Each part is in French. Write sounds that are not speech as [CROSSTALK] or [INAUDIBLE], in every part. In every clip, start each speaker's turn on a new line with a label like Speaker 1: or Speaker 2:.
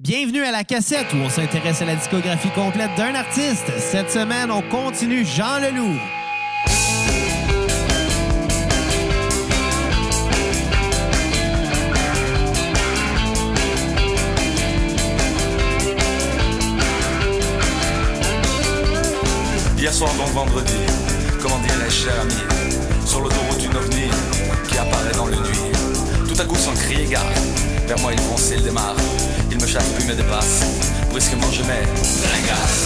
Speaker 1: Bienvenue à la cassette où on s'intéresse à la discographie complète d'un artiste. Cette semaine, on continue Jean Leloup.
Speaker 2: Hier soir, bon vendredi, commandé la chère amie, sur l'autoroute une ovni qui apparaît dans le nuit. Tout à coup, sans crier gare, vers moi il fonce et il démarre. Il me chasse puis me dépasse, brusquement je mets la gaz.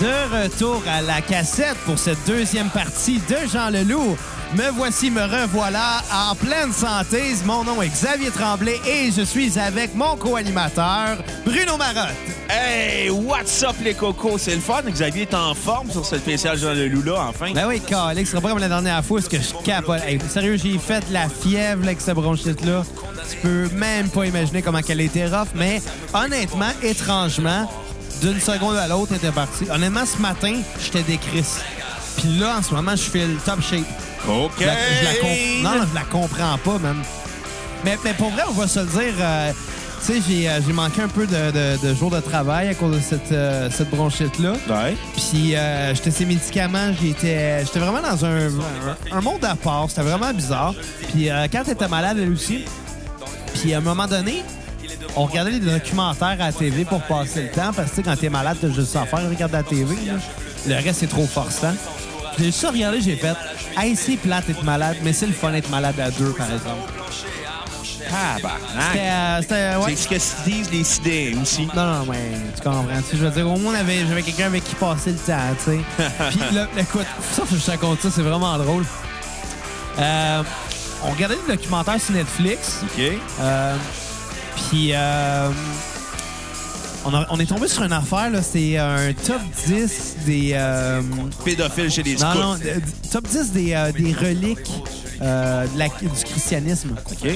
Speaker 1: De retour à la cassette pour cette deuxième partie de Jean Leloup. Me voici, me revoilà en pleine santé. Mon nom est Xavier Tremblay et je suis avec mon co-animateur Bruno Marotte.
Speaker 3: Hey, what's up les cocos? C'est le fun. Xavier est en forme sur ce spécial Jean Leloup là, enfin.
Speaker 1: Ben oui, Calix, c'est pas comme la dernière fois, ce que je capote. Hey, sérieux, j'ai fait la fièvre là, avec cette bronchite-là. Tu peux même pas imaginer comment qu'elle était rough, mais honnêtement, étrangement, d'une seconde à l'autre, elle était partie. Honnêtement, ce matin, j'étais décrisse. Puis là, en ce moment, je fais le top shape.
Speaker 3: OK.
Speaker 1: Je la- je la comp- non, non, je la comprends pas, même. Mais, mais pour vrai, on va se le dire. euh, tu sais, j'ai, euh, j'ai manqué un peu de, de- de jours de travail à cause de cette, euh, cette bronchite-là.
Speaker 3: Ouais.
Speaker 1: Puis euh, j'étais ces médicaments, j'étais j'étais vraiment dans un, un- un monde à part. C'était vraiment bizarre. Puis euh, quand elle était malade, elle aussi, puis à un moment donné, on regardait les documentaires à la TV pour passer le temps. Parce que tu sais, quand t'es malade, t'as juste ça à faire. Regarde la TV. là. Le reste, c'est trop forçant. J'ai juste regardé, j'ai fait « Hey, c'est plate d'être malade, mais c'est le fun d'être malade à deux, par exemple. C'était...
Speaker 3: Tabarnak.
Speaker 1: euh, c'était- ouais.
Speaker 3: C'est ce que se disent les sidés aussi.
Speaker 1: Non, non, mais tu comprends. Tu sais, je veux dire, au moins, on avait- j'avais quelqu'un avec qui passer le temps, tu sais. Puis, là, écoute, ça, faut que je te raconte ça, c'est vraiment drôle. Euh, on regardait le documentaire sur Netflix,
Speaker 3: OK.
Speaker 1: euh, puis euh, on, a- on est tombé sur une affaire, là, c'est euh, un top 10 des... euh,
Speaker 3: Pédophile chez les scouts.
Speaker 1: non, non, euh, top 10 des, euh, des reliques euh, de la- du christianisme.
Speaker 3: OK.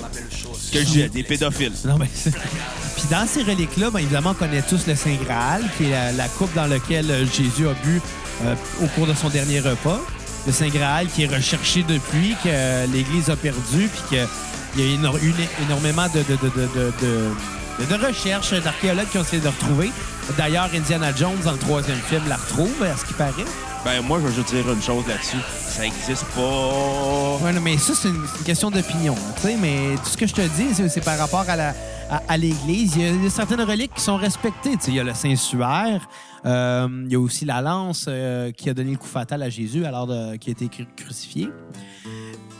Speaker 3: Que je dis, des pédophiles.
Speaker 1: Non, mais c'est- Puis dans ces reliques-là, ben, évidemment, on connaît tous le Saint Graal, qui est la, la coupe dans laquelle euh, Jésus a bu euh, au cours de son dernier repas. Le Saint Graal qui est recherché depuis, que euh, l'Église a perdu, puis qu'il y a éno- une- énormément de, de, de, de, de, de, de recherches d'archéologues qui ont essayé de le retrouver. D'ailleurs, Indiana Jones, dans le troisième film, la retrouve, à ce qui paraît.
Speaker 3: Ben moi, je veux juste dire une chose là-dessus. Ça existe pas.
Speaker 1: Ouais, non, mais ça, c'est une, c'est une question d'opinion. hein, tu sais, Mais tout ce que je te dis, c'est c'est par rapport à la- à- à l'Église. Il, y a- il y a certaines reliques qui sont respectées. tu sais. Il y a le Saint-Suaire. euh, il y a aussi la lance euh, qui a donné le coup fatal à Jésus alors de- qu'il a été cru- crucifié.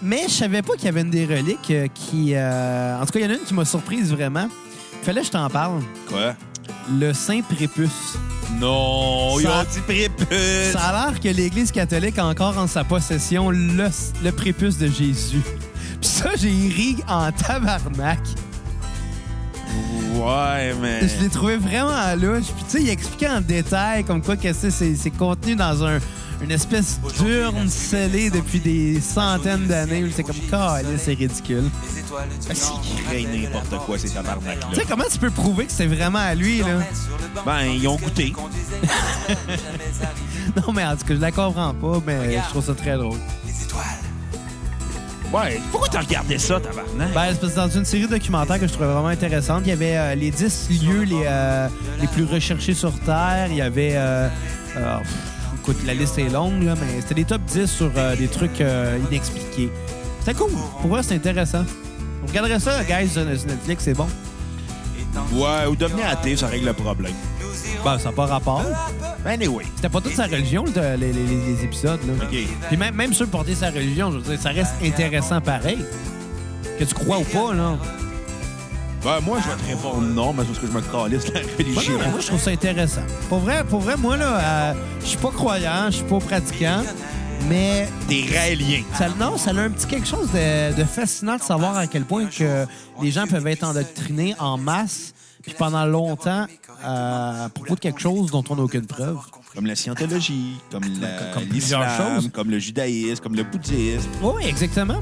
Speaker 1: Mais je savais pas qu'il y avait une des reliques euh, qui... euh, En tout cas, il y en a une qui m'a surprise vraiment. Fallait que je t'en parle.
Speaker 3: Quoi?
Speaker 1: Le Saint-Prépuce.
Speaker 3: Non, ils
Speaker 1: Ça-
Speaker 3: ont dit prépuce.
Speaker 1: Ça a l'air que l'Église catholique a encore en sa possession le, le prépuce de Jésus. Puis ça, j'ai ri en tabarnak.
Speaker 3: Ouais, mais...
Speaker 1: Je l'ai trouvé vraiment louche. Puis tu sais, il expliquait en détail comme quoi que c'est- c'est c'est contenu dans un, une espèce d'urne scellée depuis des centaines d'années. C'est comme, calé, c'est ridicule.
Speaker 3: Ah, S'ils craignent n'importe quoi, ces tabarnak-là.
Speaker 1: Tu sais, comment tu peux prouver que c'est vraiment à lui, là?
Speaker 3: Ben, ils ont goûté.
Speaker 1: Non, mais en tout cas, je la comprends pas, mais je trouve ça très drôle.
Speaker 3: Ouais. Pourquoi t'as regardé ça, tabarnak?
Speaker 1: Ben, c'est parce que dans une série de documentaires que je trouvais vraiment intéressante, il y avait euh, les 10 lieux les, euh, les plus recherchés sur Terre. Il y avait. euh, euh, pff, écoute, la liste est longue, là, mais c'était des top 10 sur euh, des trucs euh, inexpliqués. C'était cool. Pour moi, c'est intéressant. On regarderait ça, guys, sur sur Netflix, c'est bon.
Speaker 3: Ouais, ou devenir athée, ça règle le problème.
Speaker 1: Ben, ça n'a pas rapport.
Speaker 3: Anyway.
Speaker 1: C'était pas toute sa religion, le- les, les- les- les épisodes. Là.
Speaker 3: OK.
Speaker 1: Puis même, même ceux porter sa religion, je veux dire, ça reste intéressant pareil. Que tu crois ou pas, là.
Speaker 3: Ben, moi, je vais te répondre non, mais c'est parce que je me calisse de la
Speaker 1: Moi,
Speaker 3: religion.
Speaker 1: non, moi, je trouve ça intéressant. Pour vrai, pour vrai moi, là, euh, je suis pas croyant, je suis pas pratiquant, mais
Speaker 3: Des raéliens.
Speaker 1: ça, non, ça a un petit quelque chose de, de fascinant de savoir à quel point que les gens peuvent être endoctrinés en masse puis pendant longtemps euh, à propos de quelque chose dont on n'a aucune preuve.
Speaker 3: Comme la scientologie, comme la-
Speaker 1: comme plusieurs
Speaker 3: l'islam,
Speaker 1: choses.
Speaker 3: comme, le judaïsme, comme le bouddhisme.
Speaker 1: Oui, oui, exactement.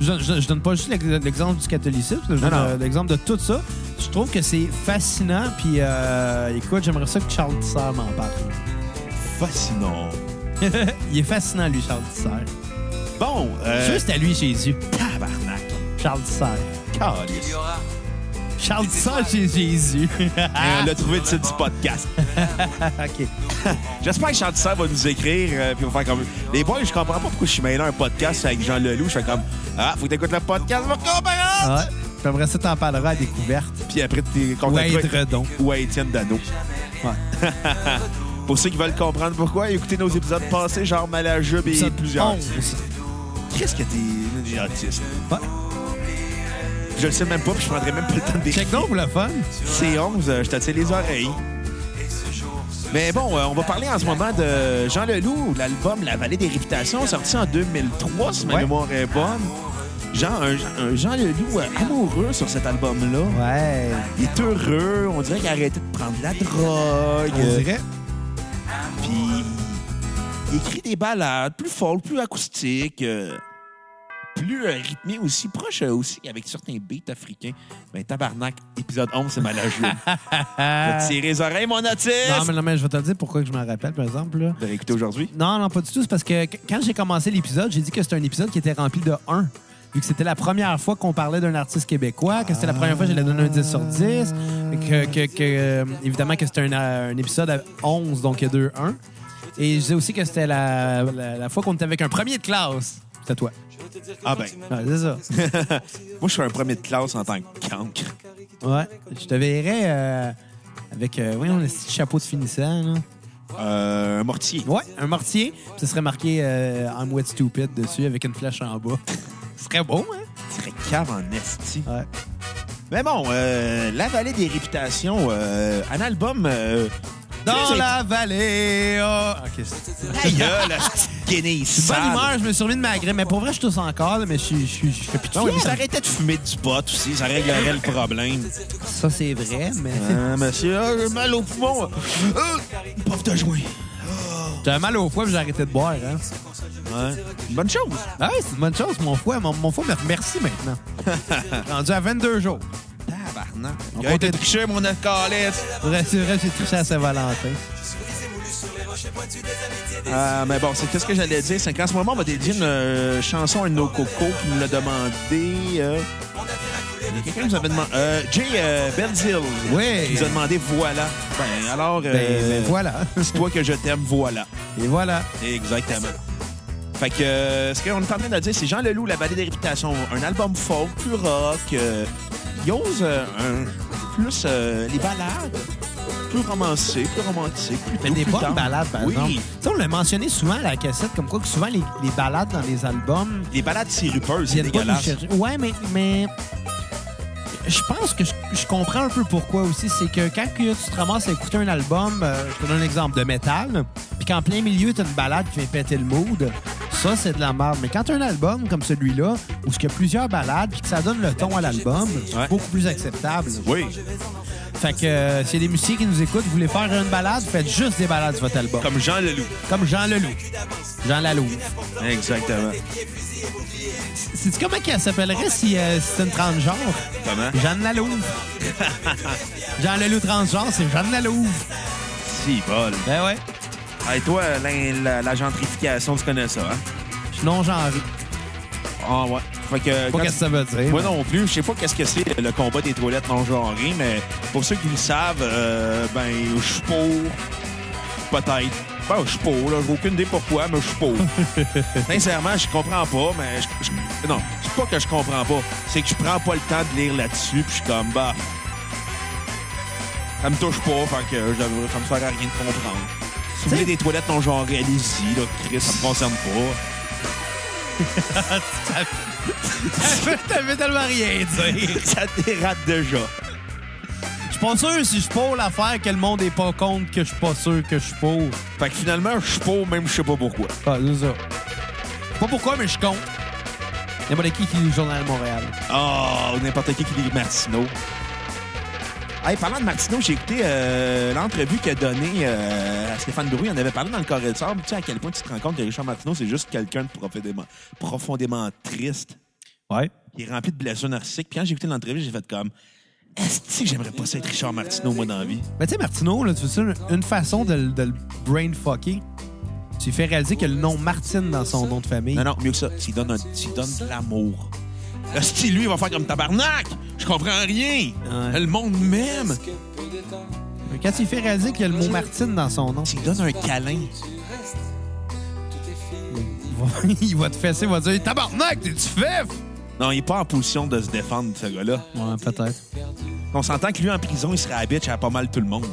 Speaker 1: Je, je- je donne pas juste l'ex- l'exemple du catholicisme, je donne
Speaker 3: Non, non.
Speaker 1: euh, l'exemple de tout ça. Je trouve que c'est fascinant, puis euh, écoute, j'aimerais ça que Charles Tissère m'en parle. [LAUGHS]
Speaker 3: Fascinant.
Speaker 1: Il est fascinant, lui, Charles Tissère.
Speaker 3: Bon, euh,
Speaker 1: Juste à lui, Jésus.
Speaker 3: tabarnak.
Speaker 1: Charles Tissère.
Speaker 3: Calisse.
Speaker 1: Charles ça chez
Speaker 3: [LAUGHS]
Speaker 1: Jésus.
Speaker 3: Et eh, on l'a trouvé le titre du podcast.
Speaker 1: OK.
Speaker 3: J'espère que Charles Tissère va nous écrire euh, puis on va faire comme. Les boys, je comprends pas pourquoi je suis mêlé à un podcast avec Jean Leloup. Je fais comme Ah, faut que t'écoutes le podcast, mon compagnonne!
Speaker 1: Ouais. Puis après ça, t'en parleras à découverte.
Speaker 3: Puis après, t'es contacté.
Speaker 1: Wade Redon.
Speaker 3: Ou à Étienne Dano. [LAUGHS] Pour ceux qui veulent comprendre pourquoi, écoutez nos épisodes passés, genre Malajub et
Speaker 1: Ça,
Speaker 3: plusieurs.
Speaker 1: onze.
Speaker 3: Qu'est-ce que t'es une autiste?
Speaker 1: Ouais.
Speaker 3: Je le sais même pas, puis je prendrais même pas le temps de
Speaker 1: Check donc pour le fun.
Speaker 3: C'est 11, euh, je t'attire les oreilles. Mais bon, euh, on va parler en ce moment de Jean Leloup, l'album La Vallée des Réputations, sorti en 2003, si ma
Speaker 1: Ouais.
Speaker 3: mémoire est bonne. Jean, un, un Jean Leloup euh, amoureux sur cet album-là.
Speaker 1: Ouais.
Speaker 3: Il est heureux, on dirait qu'il a arrêté de prendre de la drogue.
Speaker 1: On dirait.
Speaker 3: Puis il écrit des ballades plus folles, plus acoustiques, euh, plus euh, rythmées aussi, proches euh, aussi avec certains beats africains. Ben, tabarnak, épisode 11,
Speaker 1: [LAUGHS]
Speaker 3: c'est malageux. T'as tiré les oreilles, mon autiste!
Speaker 1: Non, mais, non, mais je vais te le dire pourquoi que je m'en rappelle, par exemple. Là.
Speaker 3: Vous allez écouter aujourd'hui?
Speaker 1: Non, non, pas du tout. C'est parce que qu- quand j'ai commencé l'épisode, j'ai dit que c'était un épisode qui était rempli de 1. Vu que c'était la première fois qu'on parlait d'un artiste québécois, que c'était la première fois que j'allais donner un 10 sur 10, que, que- que, euh, évidemment que c'était un, euh, un épisode à 11, donc il y a 2-1. Et je disais aussi que c'était la, la, la fois qu'on était avec un premier de classe. C'était toi.
Speaker 3: Ah ben,
Speaker 1: Ouais, c'est ça.
Speaker 3: moi, je suis un premier de classe en tant que cancre.
Speaker 1: Ouais. Je te verrais euh, avec, euh, voyons, le petit chapeau de finissant, là.
Speaker 3: Euh, un mortier.
Speaker 1: Ouais, un mortier. puis Ça serait marqué euh, I'm wet stupid dessus avec une flèche en bas. [LAUGHS] Ce serait beau, hein?
Speaker 3: Très cave en esti.
Speaker 1: Ouais.
Speaker 3: Mais bon, euh, La Vallée des Réputations, euh, un album... euh,
Speaker 1: Dans
Speaker 3: très-
Speaker 1: la vallée. ah. Ok, c'est
Speaker 3: Ta gueule, esti de guenille
Speaker 1: bonne
Speaker 3: sale.
Speaker 1: humeur, je me suis remis de ma grippe. Mais pour vrai, je tousse encore, là, mais je suis- je suis je fais plus de
Speaker 3: Non, Ben mais
Speaker 1: fièvre.
Speaker 3: s'arrêtait de fumer du pot aussi, ça réglerait le problème.
Speaker 1: Ça, c'est vrai, mais.
Speaker 3: Ah, monsieur, ah, j'ai mal au poumon. Ah, Pauvre de joint.
Speaker 1: J'avais mal au foie, puis j'ai arrêté de boire, hein?
Speaker 3: Ouais. Bonne chose.
Speaker 1: Ah ouais, c'est une bonne chose, mon foie. Mon, mon foie me remercie [LAUGHS] maintenant. Rendu à 22 jours.
Speaker 3: Tabarnak.
Speaker 1: On
Speaker 3: Il a été
Speaker 1: compte-
Speaker 3: triché, mon alcooliste.
Speaker 1: Vrai, C'est vrai, j'ai triché à Saint-Valentin.
Speaker 3: Euh, mais bon, c'est qu'est-ce que j'allais dire. C'est qu'en ce moment, on va dédier une euh, chanson à un de nos cocos qui nous l'a demandé. euh, il y a Quelqu'un qui nous avait demandé. Euh, Jay euh, Belzil.
Speaker 1: Oui.
Speaker 3: Qui nous a demandé voilà. Ben alors.
Speaker 1: Ben,
Speaker 3: euh,
Speaker 1: ben, [LAUGHS] voilà.
Speaker 3: C'est toi que je t'aime, voilà.
Speaker 1: Et voilà.
Speaker 3: Exactement. Fait que euh, ce qu'on est en train de dire, c'est Jean Leloup, La Vallée des Réputations. Un album folk, plus rock. euh, il ose euh, un- plus euh, les balades. Plus romancées, plus romantiques. Plus
Speaker 1: Mais des
Speaker 3: plus
Speaker 1: bonnes
Speaker 3: tendres.
Speaker 1: balades, par
Speaker 3: oui.
Speaker 1: exemple. Tu sais, on l'a mentionné souvent à la cassette, comme quoi que souvent les, les balades dans les albums
Speaker 3: Des balades sirupeuses, c'est
Speaker 1: viennent pas nous
Speaker 3: dégueulasse.
Speaker 1: chercher. Ouais, mais, mais je pense que je, je comprends un peu pourquoi aussi. C'est que quand que tu te ramasses à écouter un album, euh, je te donne un exemple de métal, puis qu'en plein milieu, t'as une balade qui vient péter le mood, ça, c'est de la merde. Mais quand t'as un album comme celui-là, où il y a plusieurs balades, puis que ça donne le ton à l'album,
Speaker 3: Ouais.
Speaker 1: c'est beaucoup plus acceptable.
Speaker 3: Oui,
Speaker 1: Fait que euh, s'il y a des musiciens qui nous écoutent, vous voulez faire une balade, faites juste des balades sur votre album.
Speaker 3: comme Jean Leloup.
Speaker 1: Comme Jean Leloup. Jean Lalouve.
Speaker 3: Exactement.
Speaker 1: C'est comment qu'elle s'appellerait si euh, c'était une transgenre?
Speaker 3: Comment?
Speaker 1: Jeanne Lalouve. [LAUGHS] Jean Leloup transgenre, c'est Jeanne Lalouve.
Speaker 3: Si, bol.
Speaker 1: Ben ouais.
Speaker 3: Et toi, la, la- la gentrification, tu connais ça, hein?
Speaker 1: Je suis non-genré.
Speaker 3: Ah, ouais. Fait
Speaker 1: Pas
Speaker 3: que. quand
Speaker 1: qu'est-ce que ça veut dire.
Speaker 3: Moi non plus, je sais pas qu'est-ce que c'est le combat des toilettes non genrées, mais pour ceux qui le savent, euh, ben je suis pour, peut-être. Ben je suis pour, là, j'ai aucune idée pourquoi, mais je [LAUGHS] suis pour. Sincèrement, je comprends pas, mais je, je- non, c'est pas que je comprends pas, c'est que je prends pas le temps de lire là-dessus, puis je suis comme bah, ça me touche pas, fait que je devrais- ça me sert à rien de comprendre. Si vous voulez des toilettes non genrées, allez-y, là, Chris, ça me concerne pas.
Speaker 1: [LAUGHS] T'avais tellement rien dire.
Speaker 3: [LAUGHS] ça dérape déjà.
Speaker 1: Je suis pas sûr si je suis pour l'affaire que le monde est pas contre que je suis pas sûr que je suis pour.
Speaker 3: Fait que finalement, je suis pour, même je sais pas pourquoi.
Speaker 1: Ah, c'est ça. Pas pourquoi, mais je suis contre. Y'a pas de qui qui lit le journal de Montréal.
Speaker 3: Oh, n'importe qui qui lit Martineau. Hey, parlant de Martineau, j'ai écouté euh, l'entrevue qu'a donnée euh, à Stéphane Drouin. On avait parlé dans le Corée de Sable. Tu sais à quel point tu te rends compte que Richard Martineau, c'est juste quelqu'un de profondément, profondément triste,
Speaker 1: Ouais.
Speaker 3: qui est rempli de blessures narcissiques. Puis quand j'ai écouté l'entrevue, j'ai fait comme... Est-ce que j'aimerais pas ça être Richard Martineau, moi, dans la vie?
Speaker 1: Mais tu sais, Martineau, là, tu veux ça, une façon de, le- de le brainfucker, tu lui fais réaliser que le nom Martine dans son nom de famille.
Speaker 3: Non, non, mieux que ça. S'il donne, un- s'il donne de l'amour. Hostie, lui, il va faire comme tabarnak. Je comprends rien.
Speaker 1: Ouais.
Speaker 3: Le monde m'aime.
Speaker 1: Mais Quand il fait réaliser qu'il y a le mot Martine dans son nom,
Speaker 3: Tu lui donnes un câlin.
Speaker 1: il va, [LAUGHS] il va te fesser, il va dire Tabarnak, t'es-tu fef
Speaker 3: Non, il est pas en position de se défendre, ce gars-là.
Speaker 1: Ouais, peut-être.
Speaker 3: On s'entend que lui, en prison, il serait à la bitch à pas mal tout le monde.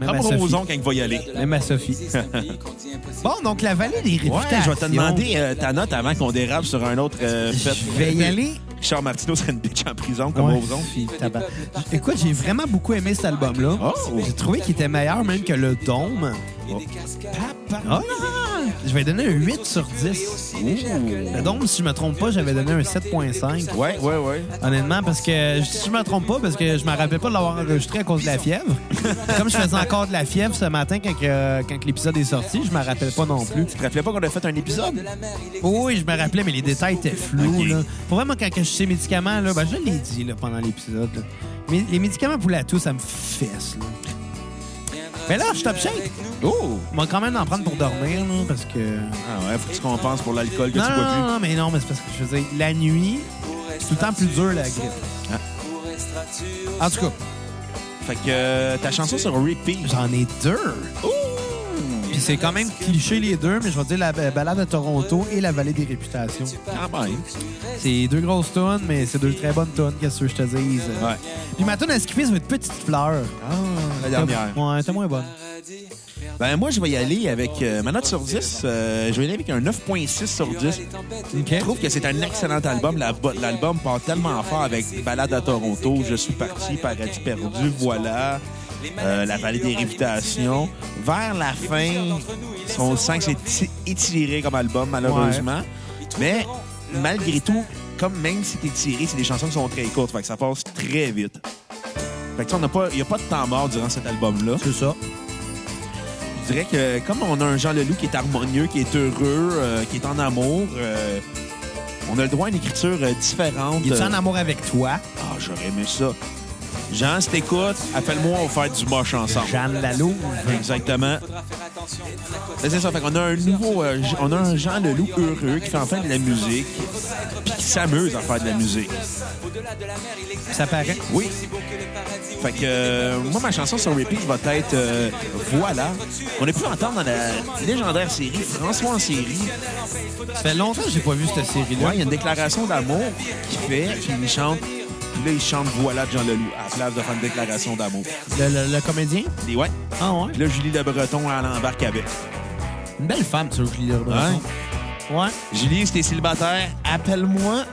Speaker 1: Même
Speaker 3: Comme
Speaker 1: à ben, Sophie.
Speaker 3: Roson quand il va y aller.
Speaker 1: Même à Sophie. [LAUGHS] Bon, donc la vallée des
Speaker 3: Ouais,
Speaker 1: réputations.
Speaker 3: je vais te demander euh, ta note avant qu'on dérape sur un autre euh, fait.
Speaker 1: Je vais y aller.
Speaker 3: Charles Martineau serait une bitch en prison, comme
Speaker 1: Ouais,
Speaker 3: Roson.
Speaker 1: puis tabac. Écoute, j'ai vraiment beaucoup aimé cet album-là.
Speaker 3: Oh!
Speaker 1: J'ai trouvé qu'il était meilleur même que le Dôme. Ah! Je vais donner un 8 sur 10. Le Dôme, si je me trompe pas, j'avais donné un 7.5.
Speaker 3: Ouais, ouais, ouais.
Speaker 1: Honnêtement, parce que si je me trompe pas, parce que je me rappelais pas de l'avoir enregistré à cause de la fièvre. [LAUGHS] Comme je faisais encore de la fièvre ce matin quand, que- quand que l'épisode est sorti, je me rappelle pas non plus.
Speaker 3: Tu te rappelais pas qu'on a fait un épisode?
Speaker 1: Oui, je me rappelais, mais les détails étaient flous.
Speaker 3: Ok.
Speaker 1: Là. Pour vraiment, quand que je suis ces médicaments, là, ben, je l'ai dit là, pendant l'épisode. là. Mais les médicaments pour la toux, ça me fesse. Là. Mais là, je top shake.
Speaker 3: Oh!
Speaker 1: On va quand même en prendre pour dormir, là, parce que...
Speaker 3: Ah ouais, faut que tu compenses pour l'alcool que
Speaker 1: Non,
Speaker 3: tu
Speaker 1: non,
Speaker 3: bois
Speaker 1: non,
Speaker 3: plus.
Speaker 1: non, mais non, mais c'est parce que je veux dire, la nuit, c'est tout le temps plus dur, la grippe. En tout cas,
Speaker 3: Fait que euh, ta chanson sur repeat.
Speaker 1: j'en ai deux. Puis c'est quand même cliché les deux, mais je vais dire la ba- balade à Toronto et la vallée des réputations.
Speaker 3: Ah ben.
Speaker 1: C'est deux grosses tonnes, mais c'est deux très bonnes tonnes, qu'est-ce que je te dise.
Speaker 3: Ouais.
Speaker 1: Puis ma tonne à skipper, ça va être Petite Fleur.
Speaker 3: Ah, la dernière.
Speaker 1: Ouais, c'est moins bonne.
Speaker 3: Ben moi, je vais y aller avec euh, ma note sur 10. euh, je vais y aller avec un 9.6 sur 10.
Speaker 1: OK.
Speaker 3: Je trouve que c'est un excellent album. La bo- L'album part tellement fort avec Balade à Toronto, Je suis parti, Paradis perdu, voilà, euh, La vallée des réputations. Vers la fin, on sent que c'est ti- étiré comme album, malheureusement. Mais malgré tout, comme même si c'est étiré, c'est des chansons qui sont très courtes. Fait que ça passe très vite. Fait que tu sais, on n'a pas- il n'y a pas de temps mort durant cet album-là.
Speaker 1: C'est ça.
Speaker 3: Je dirais que comme on a un Jean Leloup qui est harmonieux, qui est heureux, euh, qui est en amour, euh, on a le droit à une écriture euh, différente.
Speaker 1: Il est
Speaker 3: Euh,
Speaker 1: en amour avec toi,
Speaker 3: Ah, j'aurais aimé ça. Jean, si t'écoutes, appelle-moi, on va faire du moche ensemble.
Speaker 1: Jeanne Lalouve?
Speaker 3: Exactement. Mais C'est ça, fait qu'on a un nouveau, euh, J- on a un Jean Leloup heureux qui fait enfin de la musique, puis qui s'amuse à faire de la musique.
Speaker 1: Ça paraît.
Speaker 3: Oui. Fait que euh, moi, ma chanson sur repeat va être euh, Voilà. On a pu entendre dans la légendaire série François en série
Speaker 1: Ça fait longtemps que j'ai pas vu cette série-là.
Speaker 3: Ouais, il y a une déclaration d'amour qu'il fait, puis il chante. Puis là, il chante Voilà de Jean Leloup à la place de faire une déclaration d'amour.
Speaker 1: Le, le- le comédien?
Speaker 3: Et ouais.
Speaker 1: Ah ouais?
Speaker 3: Puis là, Julie Le Breton, elle embarque avec.
Speaker 1: Une belle femme, tu veux que je lis le
Speaker 3: Ouais.
Speaker 1: Ouais.
Speaker 3: Julie, si t'es célibataire, appelle-moi.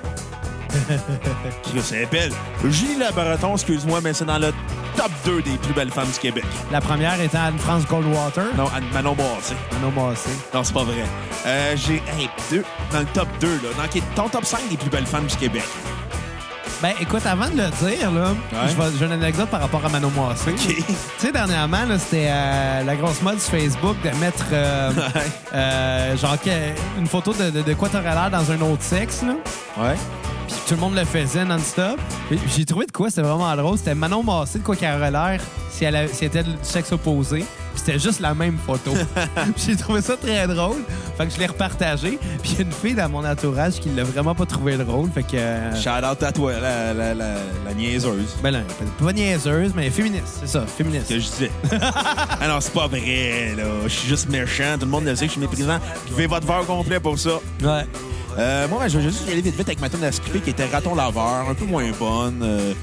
Speaker 3: Qui ça appelle? Julie Le Breton, excuse-moi, mais c'est dans le top 2 des plus belles femmes du Québec.
Speaker 1: La première étant Anne-France Goldwater.
Speaker 3: Non, Anne Manon Boissé.
Speaker 1: Manon Massé.
Speaker 3: Non, c'est pas vrai. Euh, J'ai hey, deux, dans le top 2, là. Dans qui- ton top 5 des plus belles femmes du Québec.
Speaker 1: Ben, écoute, avant de le dire, là, je vais- j'ai une anecdote par rapport à Manon Massé.
Speaker 3: OK.
Speaker 1: Tu sais, dernièrement, là, c'était euh, la grosse mode sur Facebook de mettre, [LAUGHS] euh,
Speaker 3: Ouais.
Speaker 1: euh, genre, que- une photo de, de, de quoi t'aurais l'air dans un autre sexe, là.
Speaker 3: Ouais.
Speaker 1: Puis tout le monde le faisait non-stop. Puis J'ai trouvé de quoi, c'était vraiment drôle. C'était Manon Massé, de quoi qu'elle aurait l'air si elle, a- si elle était du sexe opposé. Puis c'était juste la même photo. Puis J'ai trouvé ça très drôle. Fait que je l'ai repartagé. Puis il y a une fille dans mon entourage qui l'a vraiment pas trouvé drôle. Fait que... euh,
Speaker 3: Shout out à toi, la, la, la, la niaiseuse.
Speaker 1: ben là, pas niaiseuse, mais féministe, c'est ça, féministe.
Speaker 3: que je disais. [LAUGHS] ah non, c'est pas vrai, là. Je suis juste méchant. Tout le monde le sait que je suis méprisant. Buvez votre verre au complet pour ça.
Speaker 1: Ouais.
Speaker 3: Euh, moi, ben, je vais juste y aller vite vite avec ma tune à skipper qui était raton laveur, un peu moins bonne. euh,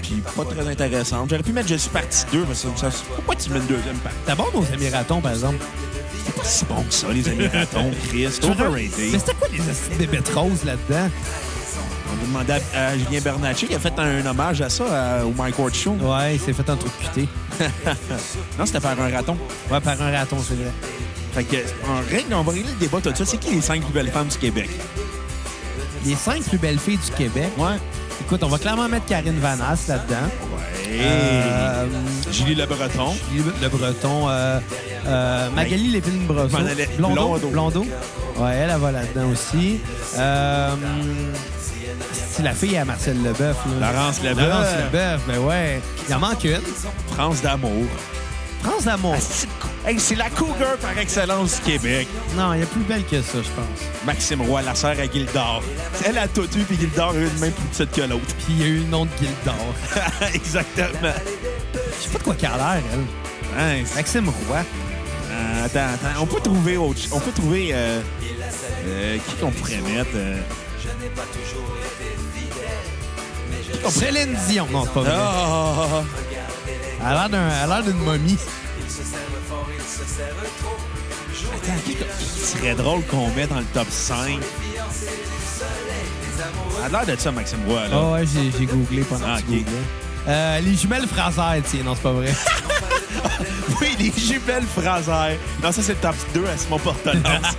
Speaker 3: puis pas très intéressante. J'aurais pu mettre Je suis parti 2, mais ça, ça, pourquoi tu mets une deuxième partie?
Speaker 1: T'as bon nos amis ratons, par exemple.
Speaker 3: C'est pas si bon que ça, les amis [LAUGHS] ratons, Chris. C'est
Speaker 1: Mais
Speaker 3: Overrated.
Speaker 1: c'était quoi les astuces des bêtes roses là-dedans?
Speaker 3: On a demandé à, à Julien Bernatchez qui a fait un, hommage à ça à- au Mike Ward Show.
Speaker 1: Ouais, il s'est fait un truc cuté.
Speaker 3: Non, c'était faire un raton.
Speaker 1: Ouais, par un raton, c'est vrai.
Speaker 3: Fait que, en règle, on va régler le débat tout de suite. C'est qui les cinq plus belles femmes du Québec?
Speaker 1: Les cinq plus belles filles du Québec.
Speaker 3: Ouais.
Speaker 1: Écoute, on va clairement mettre Karine Vanasse là-dedans.
Speaker 3: Ouais.
Speaker 1: Euh,
Speaker 3: Julie Le Breton.
Speaker 1: Le Breton. euh, euh, Magali Lépine Brosseau.
Speaker 3: m'en allais-
Speaker 1: Blondeau.
Speaker 3: Blondeau.
Speaker 1: Blondeau. Ouais, elle, elle va là-dedans aussi. Euh, c'est la fille à Marcel Leboeuf. là.
Speaker 3: Laurence Leboeuf.
Speaker 1: Laurence Leboeuf, ben ouais. Il en manque une.
Speaker 3: France d'amour.
Speaker 1: France d'amour.
Speaker 3: Ah, Asti de couple Hey, c'est la cougar par excellence du Québec.
Speaker 1: Non, il y a plus belle que ça, je pense.
Speaker 3: Maxime Roy, la sœur à Gildor. Elle a tout eu, puis Gildor a une main plus petite que l'autre.
Speaker 1: Puis il y a eu une autre Gildor.
Speaker 3: [LAUGHS] Exactement.
Speaker 1: [LAUGHS] Je sais pas de quoi qu'elle a l'air, elle.
Speaker 3: Hein, c'est-
Speaker 1: Maxime Roy.
Speaker 3: Euh, attends, attends. On peut trouver autre On peut trouver. euh, euh, qui qu'on pourrait mettre euh,
Speaker 1: Céline Dion. Non, c'est pas vrai.
Speaker 3: Ah!
Speaker 1: Elle a l'air d'un- elle a l'air d'une momie.
Speaker 3: Attends, qui qui serait drôle qu'on met dans le top 5? Elle a l'air de ça, Maxime Roy, là.
Speaker 1: Ah ouais, j'ai j'ai googlé pendant
Speaker 3: Ah,
Speaker 1: que tu
Speaker 3: ok.
Speaker 1: googlais. Euh, les jumelles Fraser, tiens, non, c'est pas
Speaker 3: [LAUGHS]
Speaker 1: vrai.
Speaker 3: Oui, les jumelles Fraser. Non, ça, c'est le top 2 à
Speaker 1: [LAUGHS]
Speaker 3: Simon Portelance.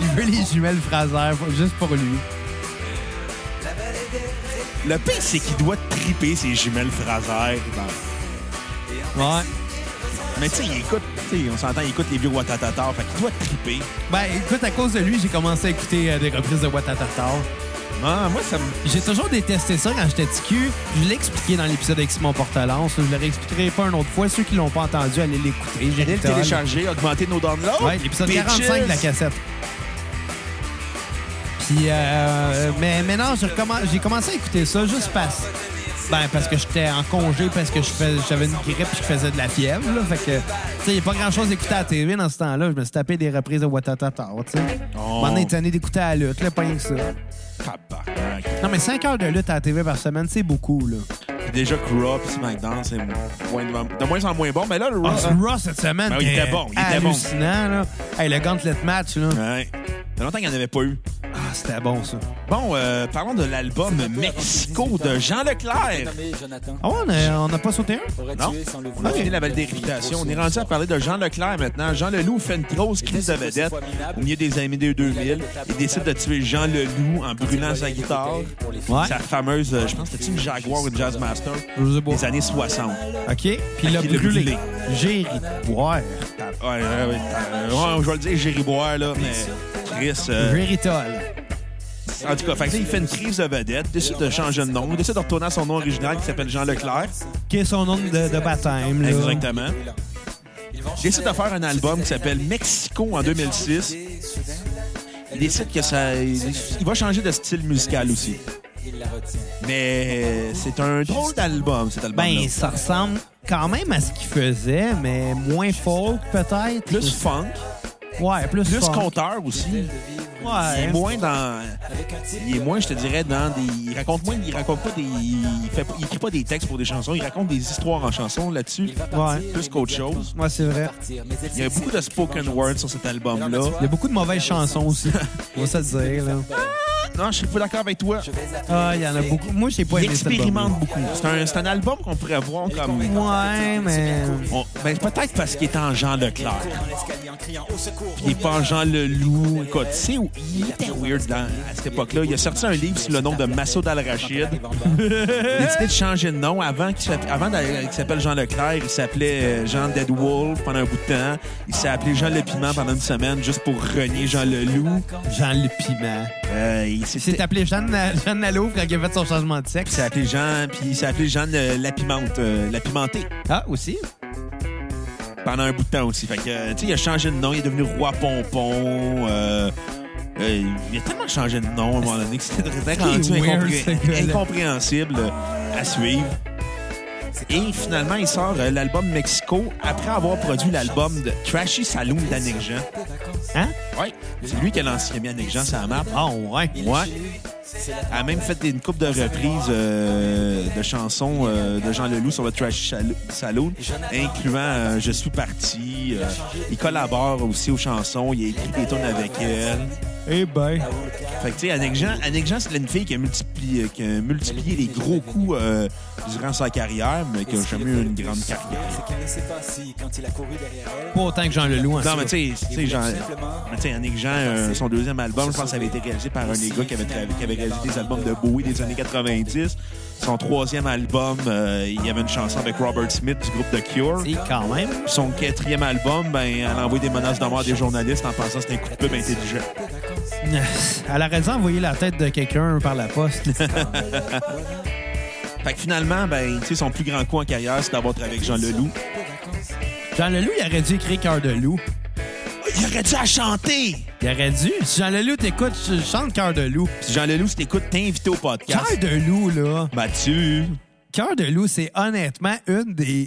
Speaker 1: Il veut les jumelles Fraser pour- juste pour lui.
Speaker 3: le pire, c'est qu'il doit triper ses jumelles Fraser. Bon.
Speaker 1: Ouais.
Speaker 3: Mais tu sais, il écoute, tu sais, on s'entend, il écoute les vieux Watatata, fait qu'il doit triper.
Speaker 1: Ben, écoute, à cause de lui, j'ai commencé à écouter euh, des reprises de Watatata.
Speaker 3: Ah, moi, ça me.
Speaker 1: J'ai toujours détesté ça quand j'étais petit cul. Je l'ai expliqué dans l'épisode avec Simon Portelance. Je le réexpliquerai pas une autre fois. Ceux qui l'ont pas entendu, allez l'écouter. J'ai
Speaker 3: Allez le télécharger, augmenter nos downloads.
Speaker 1: Ouais, l'épisode
Speaker 3: Bitches.
Speaker 1: 45 de la cassette. Puis, euh, mais maintenant, j'ai recommen- j'ai commencé à écouter ça juste parce, ben, parce que j'étais en congé, parce que je fais- j'avais une grippe et je faisais de la fièvre. Là, fait que, tu sais, il n'y a pas grand-chose d'écouter à la TV dans ce temps-là. Je me suis tapé des reprises de Watatata, tu sais.
Speaker 3: Oh.
Speaker 1: Maintenant, il est tanné d'écouter à la lutte, là, pas rien que ça.
Speaker 3: Tabarnak.
Speaker 1: Non, mais 5 heures de lutte à la TV par semaine, c'est beaucoup, là.
Speaker 3: Déjà que Raw pis SmackDown, c'est moins de, de moins en moins bon. Mais là, le Raw...
Speaker 1: Ah, c'est Raw cette semaine,
Speaker 3: Ben oui, il
Speaker 1: t'es
Speaker 3: était bon, il était bon.
Speaker 1: hallucinant, là. Hey, le gauntlet match, là.
Speaker 3: Ouais. Ça fait longtemps qu'il n'y en avait pas eu.
Speaker 1: Ah, c'était bon, ça.
Speaker 3: Bon, euh, parlons de l'album Mexico de Jean Leclerc.
Speaker 1: Ah ouais, on a- on n'a pas sauté un?
Speaker 3: Non? On a fini la belle des réputations. On est rendu à parler de Jean Leclerc maintenant. Jean Leloup fait une grosse crise de vedette au milieu des années 2000. Il décide de tuer Jean Leloup en brûlant sa guitare.
Speaker 1: Ouais.
Speaker 3: Sa fameuse, euh, je pense, c'était une Jaguar ou une Jazzmaster
Speaker 1: Je sais pas.
Speaker 3: des années 60.
Speaker 1: OK. Puis il a
Speaker 3: Fait qu'il Ah,
Speaker 1: brûlé.
Speaker 3: l'a brûlé.
Speaker 1: J'ai ri de boire.
Speaker 3: Ah, Ouais, ouais, ouais, euh, ouais, je vais le dire, j'ai riboire, là, mais Chris... euh,
Speaker 1: Véritol.
Speaker 3: En tout cas, fait que, tu sais, il fait une crise de vedette, décide de changer de nom, décide de retourner à son nom original qui s'appelle Jean Leclerc.
Speaker 1: Qui est son nom de, de baptême. Là.
Speaker 3: Exactement. Décide de faire un album qui s'appelle Mexico en 2006. Il décide que ça. Il va changer de style musical aussi. Mais c'est un drôle d'album, cet album.
Speaker 1: Ben, ça ressemble quand même à ce qu'il faisait, mais moins folk, peut-être.
Speaker 3: plus funk,
Speaker 1: Ouais, plus
Speaker 3: plus
Speaker 1: funk.
Speaker 3: conteur aussi. Il est
Speaker 1: Ouais.
Speaker 3: moins dans. Il est moins, je te dirais, dans des. Il raconte moins. Il raconte pas des. Il, fait... il écrit pas des textes pour des chansons. Il raconte des histoires en chansons là-dessus.
Speaker 1: Ouais.
Speaker 3: Plus qu'autre chose.
Speaker 1: Ouais, c'est vrai.
Speaker 3: Il y a beaucoup de spoken word sur cet album-là.
Speaker 1: Il y a beaucoup de mauvaises chansons
Speaker 3: [LAUGHS]
Speaker 1: aussi. On va se le dire, là.
Speaker 3: Non, je suis pas d'accord avec toi.
Speaker 1: Ah, il y en a beaucoup. Moi, j'ai pas
Speaker 3: Il
Speaker 1: aimé cet
Speaker 3: expérimente
Speaker 1: album-là.
Speaker 3: beaucoup. C'est un, c'est un album qu'on pourrait voir comme.
Speaker 1: Ouais, mais...
Speaker 3: on- ben, peut-être parce qu'il est en Jean Leclerc. Puis il est pas en Jean Leloup. Écoute, tu sais, où- il était weird dans- à cette époque-là. Il a sorti un livre sous le nom de Massoud Al-Rachid. [LAUGHS] Il a décidé de changer de nom. Avant qu'il s'appelle, avant d'aller- qu'il s'appelle Jean Leclerc, il s'appelait euh, Jean Dead Wolf pendant un bout de temps. Il s'est appelé Jean Le Piment pendant une semaine juste pour renier Jean Leloup.
Speaker 1: Jean le Piment.
Speaker 3: Euh, il
Speaker 1: Il s'est
Speaker 3: s'était-
Speaker 1: appelé Jeanne Jeanne Lalouvre quand il a fait son changement de
Speaker 3: il
Speaker 1: sexe.
Speaker 3: s'est appelé Jean, puis il s'est appelé Jean euh, Lapimente, euh, Lapimenté.
Speaker 1: Ah, aussi?
Speaker 3: pendant un bout de temps aussi. Fait que, euh, tu sais, il a changé de nom, il est devenu roi pompon. euh, euh, il a tellement changé de nom à un moment donné que c'était très rendu
Speaker 1: C'est weird,
Speaker 3: incompré-
Speaker 1: ce gars-là.
Speaker 3: incompréhensible à suivre. Et finalement, il sort euh, l'album Mexico après avoir produit l'album de Trashy Saloon d'Annick Jean.
Speaker 1: Hein?
Speaker 3: Ouais. C'est lui qui a lancé qui a mis Annick Jean sur la map.
Speaker 1: Ah, ouais.
Speaker 3: Ah, Ouais. Elle a même fait une coupe de reprises euh, de chansons euh, de Jean Leloup sur le Trash Salo- Saloon, incluant euh, Je suis parti. euh, il collabore aussi aux chansons, il a écrit des tonnes avec elle.
Speaker 1: Eh ben...
Speaker 3: Fait que, tu sais, Annick Jean, Annick Jean, c'est une fille qui a, multiplié, qui a multiplié les gros coups euh, durant sa carrière, mais qui a jamais eu une grande carrière.
Speaker 1: Pas autant que Jean Leloup. en
Speaker 3: Non,
Speaker 1: soi.
Speaker 3: mais tu sais, tu sais, Jean- mais tu sais, Annick Jean, euh, son deuxième album, je pense que ça avait été réalisé par un des gars qui avait, tra- qui avait réalisé des albums de Bowie des années 90. Son troisième album, euh, il y avait une chanson avec Robert Smith du groupe The Cure.
Speaker 1: Et quand même. [LAUGHS]
Speaker 3: Son quatrième album, ben, elle envoie des menaces de mort à des journalistes en pensant que c'était un coup de pub intelligent.
Speaker 1: Elle a raison d'envoyer la tête de quelqu'un par la poste.
Speaker 3: Fait que finalement, ben, tu sais, son plus grand coup en carrière, c'est d'avoir travaillé avec Jean Leloup.
Speaker 1: Jean Leloup, il aurait dû écrire Cœur de loup.
Speaker 3: Il aurait dû la chanter!
Speaker 1: Il aurait dû. Si Jean Leloup t'écoute, je chante Cœur de loup.
Speaker 3: Si Jean Leloup, si t'écoutes, t'es invité au podcast.
Speaker 1: Cœur de loup, là.
Speaker 3: Mathieu.
Speaker 1: Cœur de loup, c'est honnêtement une des.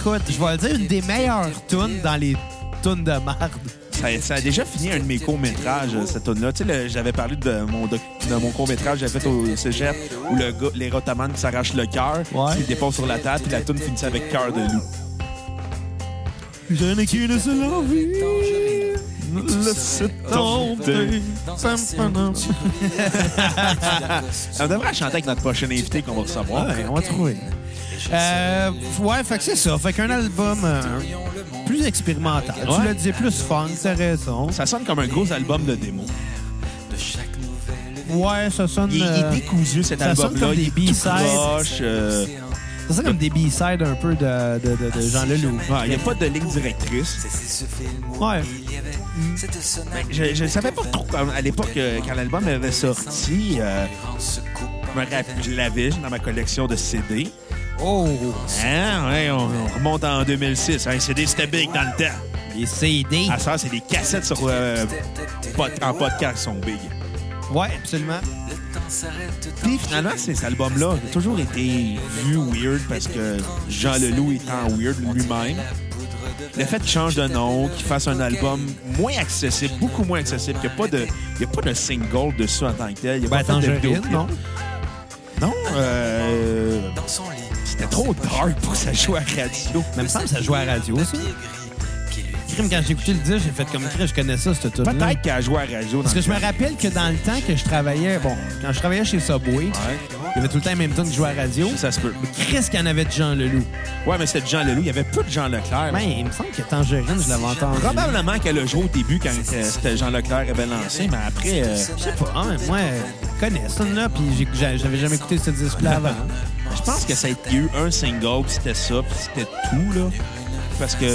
Speaker 1: Écoute, je vais le dire, une des meilleures tunes dans les tunes de marde.
Speaker 3: Ça, ça a déjà fini un de mes courts-métrages, euh, cette tune là Tu sais, le- j'avais parlé de mon, doc- de mon court-métrage que j'avais fait au Cégep où le gars, l'érotamane qui s'arrache le cœur,
Speaker 1: Ouais.
Speaker 3: il le dépose sur la table, puis la tune finissait avec cœur de loup.
Speaker 1: J'en ai qu'une seule envie.
Speaker 3: Laisse tomber. On devrait la chanter avec notre prochain invité qu'on va recevoir.
Speaker 1: Ouais, Ah, on va trouver. Euh, ouais, fait que c'est ça. Fait qu'un album euh, plus expérimental. Tu
Speaker 3: Ouais.
Speaker 1: l'as dit, plus funk, t'as raison.
Speaker 3: Ça sonne comme un gros album de démo.
Speaker 1: Ouais, ça sonne...
Speaker 3: Il, il est
Speaker 1: euh,
Speaker 3: décousu, cet
Speaker 1: ça sonne
Speaker 3: album-là.
Speaker 1: comme
Speaker 3: Il
Speaker 1: des
Speaker 3: est tout
Speaker 1: B-sides.
Speaker 3: proche, euh,
Speaker 1: ça sonne comme des B-sides un peu de, de, de, de Jean Leloup.
Speaker 3: ouais, il n'y a pas de ligne directrice.
Speaker 1: Ouais.
Speaker 3: Je, je savais pas trop quand- à l'époque, euh, quand l'album avait sorti, euh, je, me rappelle- je l'avais dans ma collection de CD.
Speaker 1: Oh!
Speaker 3: Hein, ouais, on, on remonte en 2006. Un CD, c'était big dans le temps.
Speaker 1: Les CD.
Speaker 3: À ça, c'est des cassettes sur, euh, pod- en podcast qui sont big.
Speaker 1: Ouais, absolument.
Speaker 3: Puis finalement, c'est- cet album-là a toujours été vu weird parce que Jean Leloup étant weird lui-même, le fait qu'il change de nom, qu'il fasse un album moins accessible, beaucoup moins accessible, qu'il n'y a, pas de- il y a pas de single dessus en tant que tel. Il n'y
Speaker 1: Ben,
Speaker 3: a pas fait de
Speaker 1: Tangerine,
Speaker 3: vidéoclip.
Speaker 1: non?
Speaker 3: Non, euh, c'était trop dark pour que ça joue à la radio.
Speaker 1: Mais il me semble que ça jouait à la radio, ça. Crime, quand j'ai écouté le disque, j'ai fait comme crime, je connais ça, cette tune
Speaker 3: Peut-être qu'elle jouait à la radio. dans
Speaker 1: Parce que
Speaker 3: le
Speaker 1: je me
Speaker 3: temps.
Speaker 1: rappelle que dans le temps que je travaillais, bon, quand je travaillais chez Subway,
Speaker 3: Ouais.
Speaker 1: il y avait tout le temps les mêmes tunes qui jouaient à la radio.
Speaker 3: Ça se peut.
Speaker 1: Chris qu'il y en avait de Jean Leloup.
Speaker 3: Ouais, mais c'était Jean Leloup. Il y avait peu de Jean Leclerc.
Speaker 1: Ben, il me semble que Tangerine, je l'avais entendu.
Speaker 3: Probablement qu'elle a joué au début quand euh, c'était Jean Leclerc avait lancé, mais après, euh,
Speaker 1: Je sais pas, hein, mais moi, je connais ça, là, puis j'ai- j'a- j'avais jamais écouté ce disque-là
Speaker 3: [LAUGHS]
Speaker 1: avant.
Speaker 3: je pense que ça a été- il y a eu un single, puis c'était ça, puis c'était tout, là. Parce que,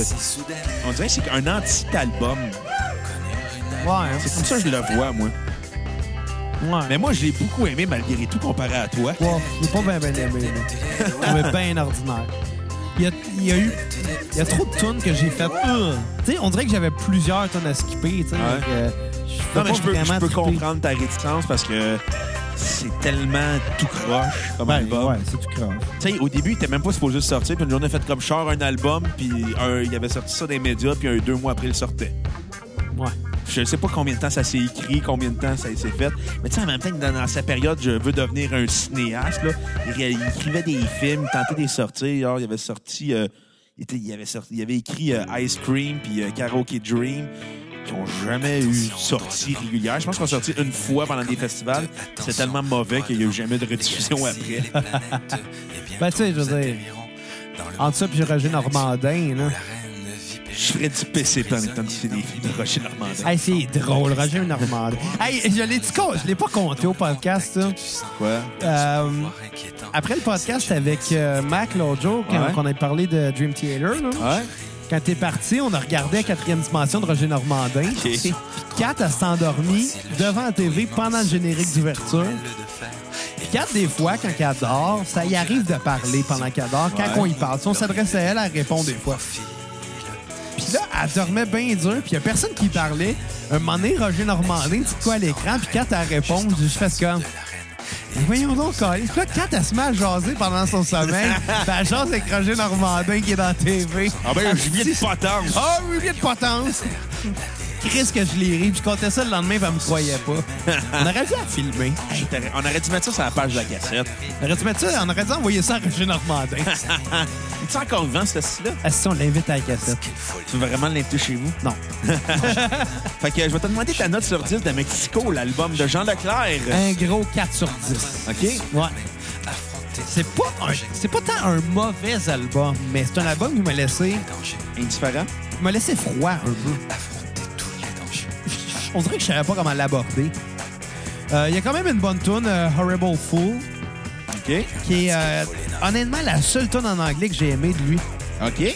Speaker 3: on dirait que c'est un anti-album.
Speaker 1: Ouais,
Speaker 3: C'est comme ça que je le vois, moi.
Speaker 1: hein. ouais.
Speaker 3: Mais moi, je l'ai beaucoup aimé, malgré tout, comparé à toi.
Speaker 1: Ouais, j'ai pas bien bien aimé,
Speaker 3: [LAUGHS]
Speaker 1: là. Ouais, bien ordinaire. Il y, a, il y a eu... Il y a trop de tunes que j'ai faites. Euh, Tu sais, on dirait que j'avais plusieurs tunes à skipper, tu sais.
Speaker 3: Ouais.
Speaker 1: fait que je peux pas
Speaker 3: Non, mais je peux, je
Speaker 1: vraiment
Speaker 3: peux
Speaker 1: triper.
Speaker 3: comprendre ta réticence parce que c'est tellement tout croche comme
Speaker 1: Ben,
Speaker 3: album.
Speaker 1: ouais, c'est tout crâne.
Speaker 3: Tu sais, au début, il était même pas supposé le sortir, puis une journée, il a fait comme char un album, puis un- il avait sorti ça dans les médias, puis un- deux mois après, il le sortait.
Speaker 1: Ouais.
Speaker 3: Je sais pas combien de temps ça s'est écrit, combien de temps ça s'est fait. Mais tu sais, en même temps, que dans, dans sa période, je veux devenir un cinéaste. Là. Il, ré- il écrivait des films, il tentait des sorties. Genre, il avait sorti, euh, il, était- il avait sorti, il avait écrit euh, Ice Cream puis euh, Karaoke Dream, qui ont jamais eu de sortie régulière. Je pense qu'on a sorti une fois pendant des festivals. C'était tellement mauvais qu'il y a eu jamais de rediffusion après.
Speaker 1: Ben, tu sais, je veux dire, entre ça puis Roger Normandin, là.
Speaker 3: Je ferais du PC en étant des films de Roger Normandin.
Speaker 1: Hey, c'est drôle, Roger Normandin. Hey, je l'ai dit con- je l'ai pas compté au podcast, ça.
Speaker 3: Quoi?
Speaker 1: Euh, après le podcast avec euh, Mac l'autre jour, quand
Speaker 3: Ouais.
Speaker 1: qu'on a parlé de Dream Theater, là,
Speaker 3: Ouais?
Speaker 1: quand t'es parti, on a regardé quatrième dimension de Roger Normandin. Puis Kat, elle s'est endormie devant la TV pendant le générique d'ouverture. Puis Kat, des fois, quand elle dort, ça y arrive de parler pendant qu'elle dort. Quand
Speaker 3: Ouais.
Speaker 1: on y parle, si on s'adresse à elle, elle répond des fois. Puis là, elle dormait bien dur, puis il a personne qui parlait. Un moment donné, Roger Normandin dit de quoi à l'écran, puis Kat, elle répond, je fais comme... Mais Voyons donc, Colin. Puis là, Kat, elle se met à jaser pendant son sommeil,
Speaker 3: [LAUGHS]
Speaker 1: puis elle jase avec Roger Normandin qui est dans la TV.
Speaker 3: Ah ben, je viens de potence.
Speaker 1: Ah, oui, oui, de potence! Chris, que je l'ai ri. Puis je comptais ça le lendemain, puis elle me croyait pas. On aurait dû la filmer.
Speaker 3: Hey, t'aurais- On aurait dû mettre ça sur la page de la cassette.
Speaker 1: On aurait dû mettre ça, on aurait dû envoyer ça à Roger Normandin.
Speaker 3: Il est encore vivant, ce style-là?
Speaker 1: Ah, si on l'invite à la cassette.
Speaker 3: Tu veux vraiment l'inviter chez vous?
Speaker 1: Non.
Speaker 3: [LAUGHS] Fait que euh, je vais te demander ta note sur 10 de Mexico, l'album de Jean Leclerc.
Speaker 1: Un gros 4 sur 10.
Speaker 3: OK?
Speaker 1: Ouais. C'est pas, un- c'est pas tant un mauvais album, mais c'est un album qui m'a laissé,
Speaker 3: Indifférent?
Speaker 1: qui m'a laissé froid un peu. On dirait que je savais pas comment l'aborder. Euh, Il y a quand même une bonne tune, euh, Horrible Fool,
Speaker 3: OK?
Speaker 1: qui est euh, honnêtement la seule tune en anglais que j'ai aimée de lui.
Speaker 3: OK?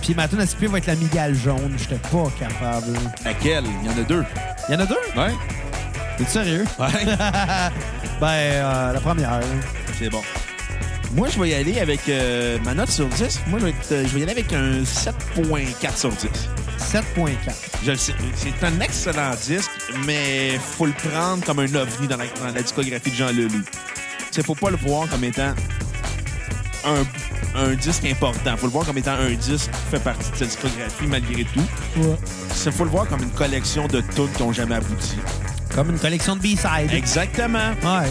Speaker 1: Puis ma tune à skipper va être la migale jaune. J'étais pas capable.
Speaker 3: Laquelle? Il y en a deux.
Speaker 1: Il y en a deux?
Speaker 3: Ouais?
Speaker 1: T'es sérieux? [LAUGHS]
Speaker 3: Ouais.
Speaker 1: Ben, euh, la première. là.
Speaker 3: C'est bon. Moi, je vais y aller avec euh, ma note sur 10. Moi, je vais, être, euh, je vais y aller avec un 7.4 sur 10.
Speaker 1: 7.4.
Speaker 3: Je le sais, c'est un excellent disque, mais faut le prendre comme un ovni dans la, dans la discographie de Jean Leloup. Il faut pas le voir comme étant un, un disque important. faut le voir comme étant un disque qui fait partie de sa discographie malgré tout.
Speaker 1: Ouais.
Speaker 3: Il faut le voir comme une collection de tunes qui n'ont jamais abouti.
Speaker 1: Comme une collection de B-sides.
Speaker 3: Exactement.
Speaker 1: Ouais.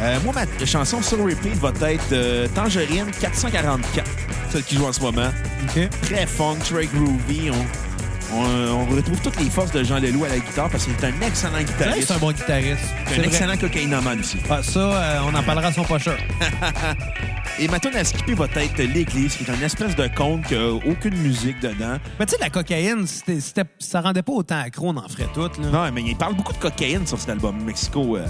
Speaker 3: Euh, moi, ma chanson sur repeat va être euh, Tangerine 444, celle qui joue en ce moment.
Speaker 1: OK.
Speaker 3: Très funk, très groovy. On, on- on retrouve toutes les forces de Jean Leloup à la guitare parce qu'il est un excellent
Speaker 1: C'est vrai que
Speaker 3: guitariste.
Speaker 1: c'est un bon guitariste.
Speaker 3: C'est
Speaker 1: C'est
Speaker 3: un
Speaker 1: vrai.
Speaker 3: excellent cocaïnomane aussi.
Speaker 1: Ah, ça, euh, on en parlera à son pocheur.
Speaker 3: Et ma tune à skipper va être L'Église, qui est une espèce de conte qui n'a aucune musique dedans.
Speaker 1: Mais tu sais, la cocaïne, c'était, c'était- ça rendait pas autant accro, on en ferait tout. Là.
Speaker 3: Non, mais il parle beaucoup de cocaïne sur cet album, Mexico. euh.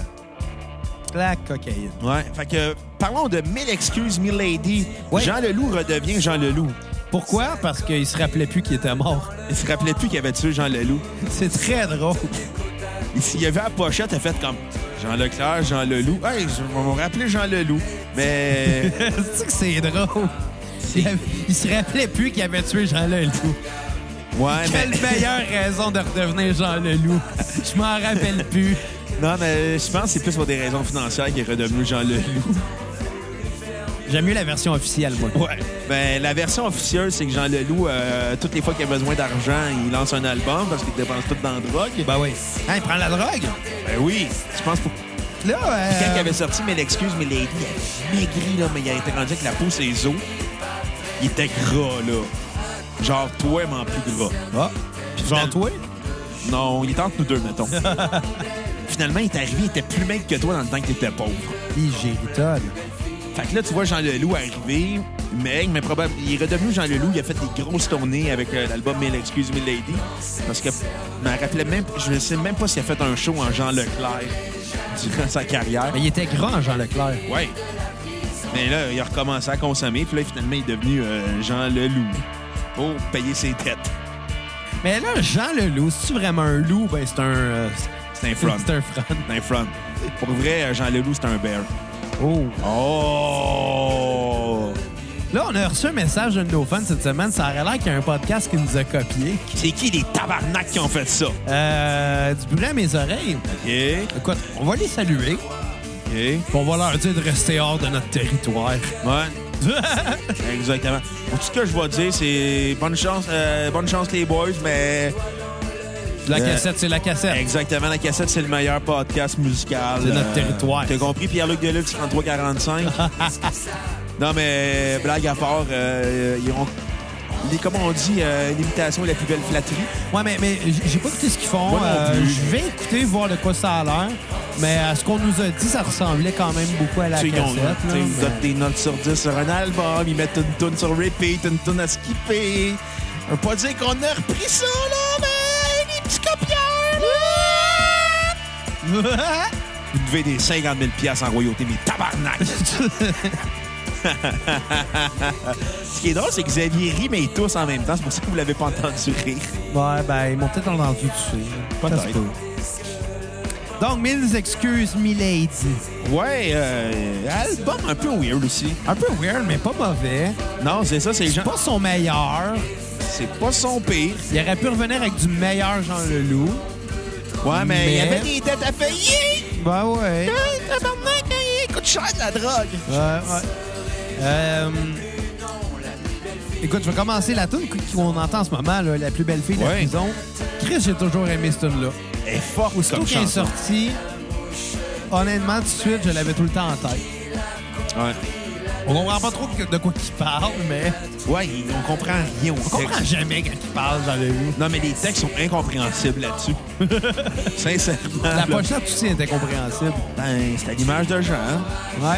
Speaker 1: La cocaïne.
Speaker 3: Ouais. Fait que, parlons de Mille Excuses, Mille Lady.
Speaker 1: Ouais.
Speaker 3: Jean Leloup redevient Jean Leloup.
Speaker 1: Pourquoi? Parce qu'il se rappelait plus qu'il était mort. [LAUGHS]
Speaker 3: Il se rappelait plus qu'il avait tué Jean Leloup.
Speaker 1: C'est très drôle.
Speaker 3: Il s'il y avait la pochette, elle a fait comme Jean Leclerc, Jean Leloup. Hey, je vais me rappeler Jean Leloup. [LAUGHS] Mais
Speaker 1: cest que c'est drôle? Il, avait- il se rappelait plus qu'il avait tué Jean Leloup.
Speaker 3: ouais,
Speaker 1: Quelle
Speaker 3: mais-
Speaker 1: meilleure raison de redevenir Jean Leloup. Je m'en rappelle plus.
Speaker 3: non, mais je pense que c'est plus pour des raisons financières qu'il est redevenu Jean Leloup.
Speaker 1: J'aime mieux la version officielle, moi.
Speaker 3: Ouais. Ben, la version officieuse, c'est que Jean Leloup, euh, toutes les fois qu'il a besoin d'argent, il lance un album parce qu'il dépense tout dans la drogue.
Speaker 1: Ben oui. Hein, il prend la drogue.
Speaker 3: Ben oui, je pense pour
Speaker 1: Là, euh,
Speaker 3: quand il avait sorti Mille Excuses, Mille Lady, il avait maigri, là, mais il a été rendu avec la peau ses os. Il était gras, là. Genre, toi, mais en plus gras.
Speaker 1: Ah. Puis Genre toi?
Speaker 3: Non, il est entre nous deux, mettons. Finalement, il est arrivé, il était plus maigre que toi dans le temps que t'étais pauvre.
Speaker 1: Puis j'ai étonné.
Speaker 3: Fait que là, tu vois Jean Leloup arriver, maigre, mais probablement. Il est redevenu Jean Leloup, il a fait des grosses tournées avec euh, l'album Mille Excuse Me Lady. Parce que je me rappelais même, je ne sais même pas s'il a fait un show en Jean Leclerc durant sa carrière.
Speaker 1: Mais il était grand, Jean Leclerc.
Speaker 3: Ouais. Mais là, il a recommencé à consommer, puis là, finalement, il est devenu euh, Jean Leloup pour payer ses dettes.
Speaker 1: Mais là, Jean Leloup, c'est-tu vraiment un loup? Ben, c'est un... euh,
Speaker 3: C'est un front.
Speaker 1: C'est un front.
Speaker 3: C'est un front. Pour vrai, euh, Jean Leloup, c'est un bear.
Speaker 1: Oh.
Speaker 3: Oh!
Speaker 1: Là, on a reçu un message d'un de nos fans cette semaine. Ça aurait l'air qu'il y a un podcast qui nous a copié.
Speaker 3: C'est qui les tabarnaks qui ont fait ça? OK.
Speaker 1: Euh, du bruit à mes oreilles.
Speaker 3: OK.
Speaker 1: Écoute, on va les saluer. puis on va leur dire de rester hors de notre territoire. [LAUGHS]
Speaker 3: Ouais. Exactement. Tout ce que je vais dire, c'est bonne chance, euh, bonne chance les boys,
Speaker 1: [LAUGHS]
Speaker 3: mais
Speaker 1: La
Speaker 3: Euh,
Speaker 1: cassette, c'est la cassette.
Speaker 3: exactement, la cassette, c'est le meilleur podcast musical. euh,
Speaker 1: C'est notre territoire.
Speaker 3: T'as compris, Pierre-Luc
Speaker 1: [LAUGHS]
Speaker 3: Deluc, 3345? non, mais blague à part, euh, ils ont... les- comment on dit, euh, l'imitation est la plus belle flatterie.
Speaker 1: Ouais, mais, mais j- j'ai pas écouté ce qu'ils font. Euh,
Speaker 3: Moi non plus.
Speaker 1: je vais écouter, voir de quoi ça a l'air. Mais à ce qu'on nous a dit, ça ressemblait quand même beaucoup à la
Speaker 3: Tu sais, ils
Speaker 1: cassette.
Speaker 3: ont-
Speaker 1: là,
Speaker 3: tu sais, ils
Speaker 1: mais-
Speaker 3: donnent des notes sur 10 sur un album, ils mettent une tune sur repeat, une tune à skipper. On peut pas dire qu'on a repris ça, là, mais les petits copieurs, là! Vous devez des 50 000 piastres en royauté, mais tabarnak! Ce qui est drôle, c'est que Xavier rit, mais il tousse en même temps. C'est pour ça que vous l'avez pas entendu rire.
Speaker 1: [LAUGHS] Ouais, ben, ils m'ont peut-être entendu dessus.
Speaker 3: Peut-être.
Speaker 1: Donc, mille excuses, milady.
Speaker 3: Ouais, euh, album un peu weird aussi.
Speaker 1: Un peu weird, mais pas mauvais.
Speaker 3: Non, c'est ça, c'est
Speaker 1: C'est
Speaker 3: Jean...
Speaker 1: pas son meilleur.
Speaker 3: C'est pas son pire.
Speaker 1: Il aurait pu revenir avec du meilleur Jean Leloup.
Speaker 3: Ouais, mais, il y
Speaker 1: Mais-
Speaker 3: avait des dettes à payer!
Speaker 1: Ben ouais.
Speaker 3: Hey, tabarnak, hey, il coûte cher de la drogue!
Speaker 1: Ouais, ouais. Euh, Écoute, je vais commencer la tune qu'on entend en ce moment, là, La plus belle fille de la
Speaker 3: Ouais.
Speaker 1: prison. Chris, j'ai toujours aimé cette tune-là.
Speaker 3: Elle est forte
Speaker 1: Tout
Speaker 3: comme
Speaker 1: qui est
Speaker 3: chanson.
Speaker 1: sorti, honnêtement, tout de suite, je l'avais tout le temps en tête.
Speaker 3: Ouais.
Speaker 1: On comprend pas trop que- de quoi qu'il parle, mais
Speaker 3: Ouais, il- on comprend rien au
Speaker 1: on comprend
Speaker 3: texte.
Speaker 1: jamais quand il parle, j'en ai vu.
Speaker 3: Non, mais les textes sont incompréhensibles là-dessus. [LAUGHS] Sincèrement.
Speaker 1: La
Speaker 3: là.
Speaker 1: pochette aussi était compréhensible.
Speaker 3: Ben, c'est à l'image de Jean. hein.
Speaker 1: Ouais.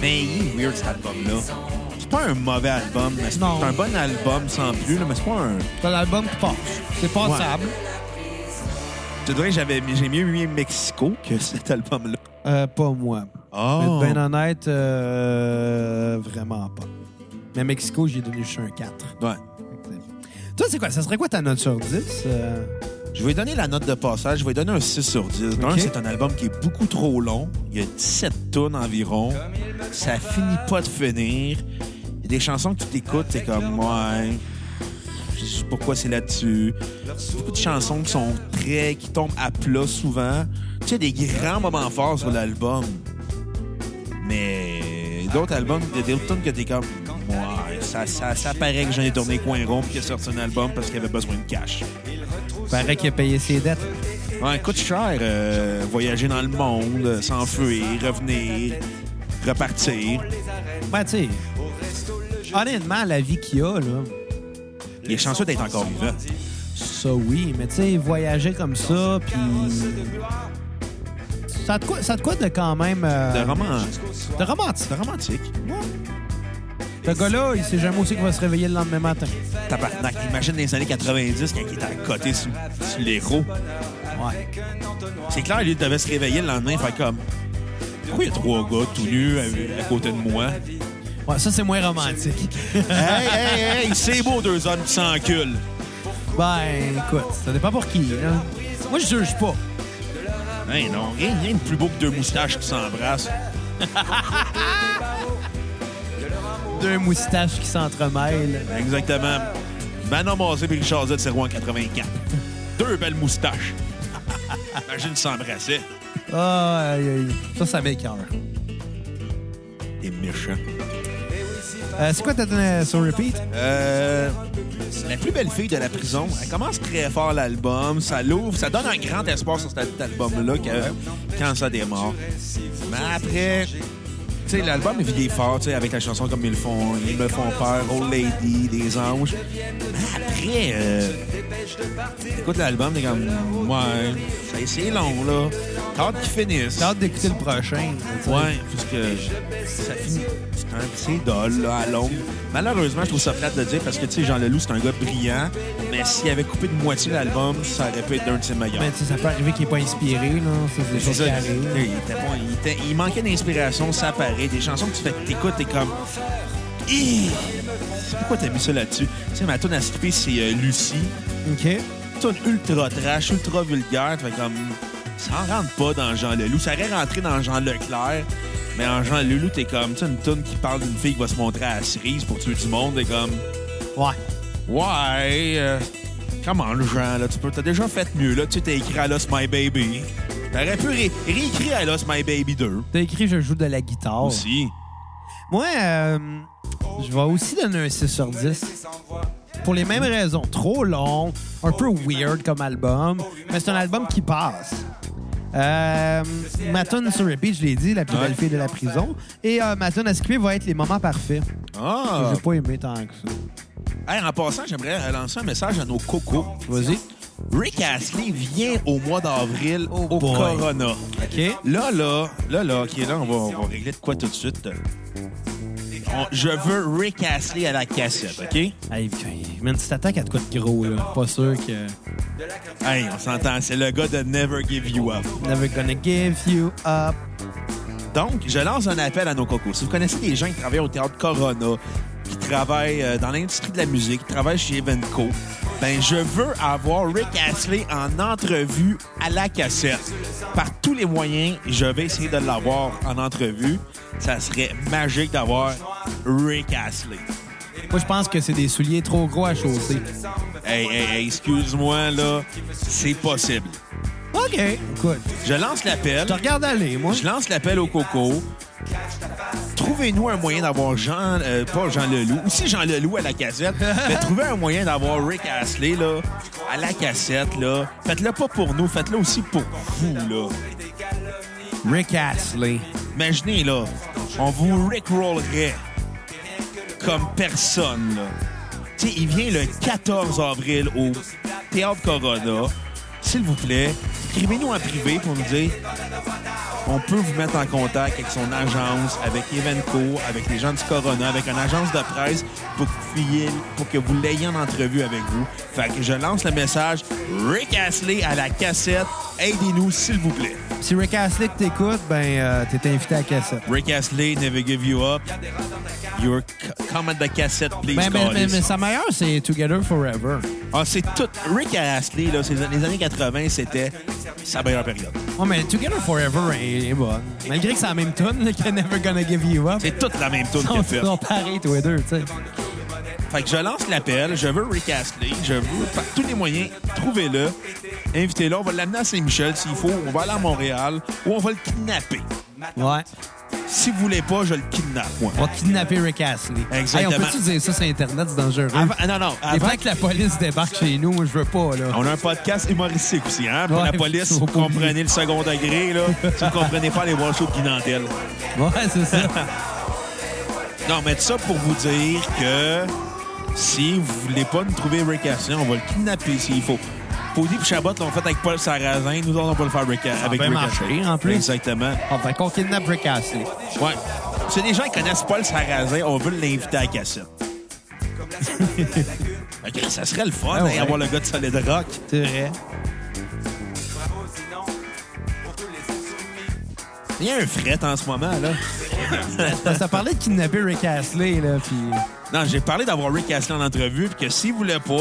Speaker 3: Mais il est weird, cet album-là. C'est pas un mauvais album, mais c'est
Speaker 1: Non.
Speaker 3: c'est un bon album sans plus, là, mais c'est pas un...
Speaker 1: C'est l'album qui passe. C'est passable.
Speaker 3: Je te dirais que j'avais- j'ai mieux mis Mexico que cet album-là.
Speaker 1: Euh, pas moi.
Speaker 3: Oh!
Speaker 1: Mais bien honnête, euh, vraiment pas. Mais
Speaker 3: ben,
Speaker 1: Mexico, j'ai donné juste un 4.
Speaker 3: Ouais.
Speaker 1: Toi, c'est quoi? Ça serait quoi ta note sur 10? euh?
Speaker 3: Je vais donner la note de passage. Je vais donner un 6 sur 10. D'un,
Speaker 1: Ok.
Speaker 3: c'est un album qui est beaucoup trop long. Il y a 17 tonnes environ. Ça finit pas de finir. Il y a des chansons que tu t'écoutes, t'es comme, ouais. Je sais pourquoi c'est là-dessus. Beaucoup de chansons qui sont très. qui tombent à plat souvent. Tu sais, des grands moments forts sur l'album. Mais d'autres albums, il y a des autres tunes que t'es comme, ouais, ça, ça, ça paraît que j'en ai tourné coin rond puis qu'il a sorti un album parce qu'il avait besoin de cash.
Speaker 1: Paraît qu'il a payé ses dettes.
Speaker 3: Ouais, coûte cher euh, voyager dans le monde, euh, s'enfuir, revenir, repartir.
Speaker 1: Ben, tu sais, honnêtement, la vie qu'il a, là,
Speaker 3: Il est chanceux d'être encore vivant.
Speaker 1: ça oui, mais tu sais, voyager comme ça, puis. Ça a de quoi, ça a de, quoi de quand même. euh,
Speaker 3: De roman,
Speaker 1: de romantique.
Speaker 3: de romantique.
Speaker 1: Ce gars-là, il sait jamais aussi qu'il va se réveiller le lendemain matin.
Speaker 3: Tabarnak, imagine les années 90 quand il était à côté sur, sur l'héros.
Speaker 1: Ouais.
Speaker 3: C'est clair, lui, il devait se réveiller le lendemain, faire comme... Pourquoi il y a trois gars tout nus à, à côté de moi?
Speaker 1: Ouais, ça, c'est moins romantique.
Speaker 3: [LAUGHS]
Speaker 1: [LAUGHS]
Speaker 3: hey, hey, hey, c'est beau deux hommes qui s'enculent.
Speaker 1: ben, écoute, ça dépend pour qui, là. Moi, je juge pas.
Speaker 3: Hey, non, rien, rien de plus beau que deux moustaches qui s'embrassent.
Speaker 1: Deux moustaches qui s'entremêlent.
Speaker 3: Exactement. Manon Massé et Richard Z, c'est en 84. Deux belles moustaches. [LAUGHS] Imagine s'embrasser.
Speaker 1: Ah, aïe, aïe. Ça, ça m'écœure.
Speaker 3: T'es méchant.
Speaker 1: Euh, c'est quoi ta donné sur repeat?
Speaker 3: Euh, la plus belle fille de la prison, elle commence très fort l'album, ça l'ouvre, ça donne un grand espoir sur cet album-là que- quand ça démarre. Mais après, tu sais, l'album est vieilli fort, tu sais, avec la chanson comme ils le font, ils me font peur, Old Lady, des anges. Mais après, euh, écoute l'album, t'es comme, ouais, c'est- c'est long, là. T'as hâte qu'ils finissent.
Speaker 1: J'ai hâte d'écouter le prochain. tu sais.
Speaker 3: Ouais, parce que ça finit. C'est quand même assez Hein, dol, là, à longue. Malheureusement, je trouve ça plate de dire parce que, tu sais, Jean Leloup, c'est un gars brillant, mais s'il avait coupé de moitié l'album, ça aurait pu être d'un de ses meilleurs.
Speaker 1: Mais Ben, tu sais, ça peut arriver qu'il n'est pas inspiré, là. C'est des
Speaker 3: C'est
Speaker 1: choses qui
Speaker 3: ça,
Speaker 1: arrivent.
Speaker 3: il, était bon, il était- il manquait d'inspiration, ça apparaît. Des chansons que tu fais, t'écoutes, t'es comme. Hi! C'est pourquoi t'as mis ça là-dessus? Tu sais, ma tune à skipper, c'est euh, Lucie.
Speaker 1: OK.
Speaker 3: Tune ultra trash, ultra vulgaire. Fait comme. Ça en rentre pas dans Jean Leloup. Ça aurait rentré dans Jean Leclerc, mais en Jean Leloup, t'es comme. Tu sais, une tune qui parle d'une fille qui va se montrer à la cerise pour tuer du monde, t'es comme.
Speaker 1: Ouais.
Speaker 3: Ouais, euh, comment le genre, là, tu peux, t'as déjà fait mieux, là, tu sais, t'as écrit I Lost My Baby. T'aurais pu ré- réécrire I Lost My Baby 2
Speaker 1: T'as écrit Je joue de la guitare.
Speaker 3: aussi.
Speaker 1: Moi, euh, je vais aussi donner un 6 sur 10. Pour les mêmes raisons. Trop long, un peu weird comme album, mais c'est un album qui passe. Euh, ma tune sur repeat, je l'ai dit, La plus
Speaker 3: Ouais.
Speaker 1: belle fille de la prison. Et euh, ma tune à skipper va être Les moments parfaits.
Speaker 3: Ah!
Speaker 1: J'ai pas aimé tant que ça.
Speaker 3: Hey, en passant, j'aimerais euh, lancer un message à nos cocos.
Speaker 1: Vas-y.
Speaker 3: Rick Astley vient au mois d'avril
Speaker 1: Oh
Speaker 3: au
Speaker 1: boy.
Speaker 3: Corona.
Speaker 1: OK.
Speaker 3: Là, là, là, là, OK, là, on va, on va régler de quoi tout de suite. On- je veux Rick Astley à la cassette, OK?
Speaker 1: Hey, man, si t'attaques à de quoi de gros, là, pas sûr que...
Speaker 3: Hey, on s'entend, c'est le gars de Never Give You Up.
Speaker 1: Never gonna give you up.
Speaker 3: Donc, je lance un appel à nos cocos. Si vous connaissez des gens qui travaillent au théâtre Corona, qui travaillent euh, dans l'industrie de la musique, qui travaillent chez Evenco, ben je veux avoir Rick Astley en entrevue à la cassette. Par tous les moyens, je vais essayer de l'avoir en entrevue. Ça serait magique d'avoir Rick Astley.
Speaker 1: Moi, je pense que c'est des souliers trop gros à chausser.
Speaker 3: Hey, hey, hey, excuse-moi, là, c'est possible.
Speaker 1: OK. Écoute,
Speaker 3: Je lance l'appel.
Speaker 1: je te regarde aller, moi.
Speaker 3: Je lance l'appel au coco. Trouvez-nous un moyen d'avoir Jean, euh, pas Jean Leloup, aussi Jean Leloup à la cassette, mais trouvez un moyen d'avoir Rick Astley là, à la cassette. là. Faites-le pas pour nous, faites-le aussi pour vous. là.
Speaker 1: Rick Astley.
Speaker 3: Imaginez, là, on vous rickrollerait comme personne. Là. Tu sais, il vient le 14 avril au Théâtre Corona. S'il vous plaît, écrivez-nous en privé pour nous dire on peut vous mettre en contact avec son agence, avec Evenco, avec les gens du Corona, avec une agence de presse pour que vous, puissiez- pour que vous l'ayez en entrevue avec vous. Fait que je lance le message Rick Astley à la cassette. Aidez-nous, s'il vous plaît.
Speaker 1: Si Rick Astley que t'écoutes, ben, euh, t'es invité à la cassette.
Speaker 3: Rick Astley, Never Give You Up. Your c- comment the cassette, please.
Speaker 1: Ben, ben, mais,
Speaker 3: Callis.
Speaker 1: mais sa meilleure, c'est Together Forever.
Speaker 3: Ah, c'est tout. Rick Astley, là, c'est les années 80, c'était sa meilleure période.
Speaker 1: Ouais, mais Together Forever est, est bonne. Malgré que c'est la même tune, là, que Never Gonna Give You Up.
Speaker 3: C'est toute la même tune
Speaker 1: On
Speaker 3: qu'elle fait.
Speaker 1: sont pareils, tous les deux, tu sais.
Speaker 3: Fait que je lance l'appel, je veux Rick Astley, je veux par tous les moyens, trouvez-le, invitez-le, on va l'amener à Saint-Michel s'il faut, on va aller à Montréal ou on va le kidnapper.
Speaker 1: Ouais.
Speaker 3: Si vous voulez pas, je le kidnappe, moi.
Speaker 1: On va kidnapper Rick Astley.
Speaker 3: Exactement.
Speaker 1: Hey, on peut-tu dire ça sur Internet, c'est dangereux?
Speaker 3: Avant- ah, non, non,
Speaker 1: Et
Speaker 3: avant,
Speaker 1: pas que la police débarque chez nous, moi, je veux pas, là.
Speaker 3: on a un podcast humoristique aussi, hein? Pour
Speaker 1: Ouais,
Speaker 3: la
Speaker 1: [LAUGHS]
Speaker 3: police,
Speaker 1: faut
Speaker 3: vous
Speaker 1: pas oublier.
Speaker 3: comprenez le second degré, là. si vous comprenez pas, les voir chaud de Guinandel.
Speaker 1: Ouais, c'est ça.
Speaker 3: Non, mais ça pour vous dire que si vous voulez pas nous trouver Rick Astley, on va le kidnapper s'il faut. Posey et Chabot l'ont fait avec Paul Sarrazin. Nous autres, on va le faire Rick- avec
Speaker 1: bien
Speaker 3: Rick
Speaker 1: marché,
Speaker 3: Astley.
Speaker 1: en plus.
Speaker 3: Exactement.
Speaker 1: On va qu'on kidnappe Rick Astley.
Speaker 3: Ouais. C'est des gens qui connaissent Paul Sarrazin. On veut l'inviter à la
Speaker 1: [LAUGHS]
Speaker 3: cassette. OK, ça serait le fun
Speaker 1: Ah ouais.
Speaker 3: d'avoir le gars de Solid Rock.
Speaker 1: C'est vrai.
Speaker 3: Il y a un fret en ce moment, là.
Speaker 1: Parce que ça parlait de kidnapper Rick Astley, là, puis...
Speaker 3: Non, j'ai parlé d'avoir Rick Astley en entrevue, puis que s'il voulait pas,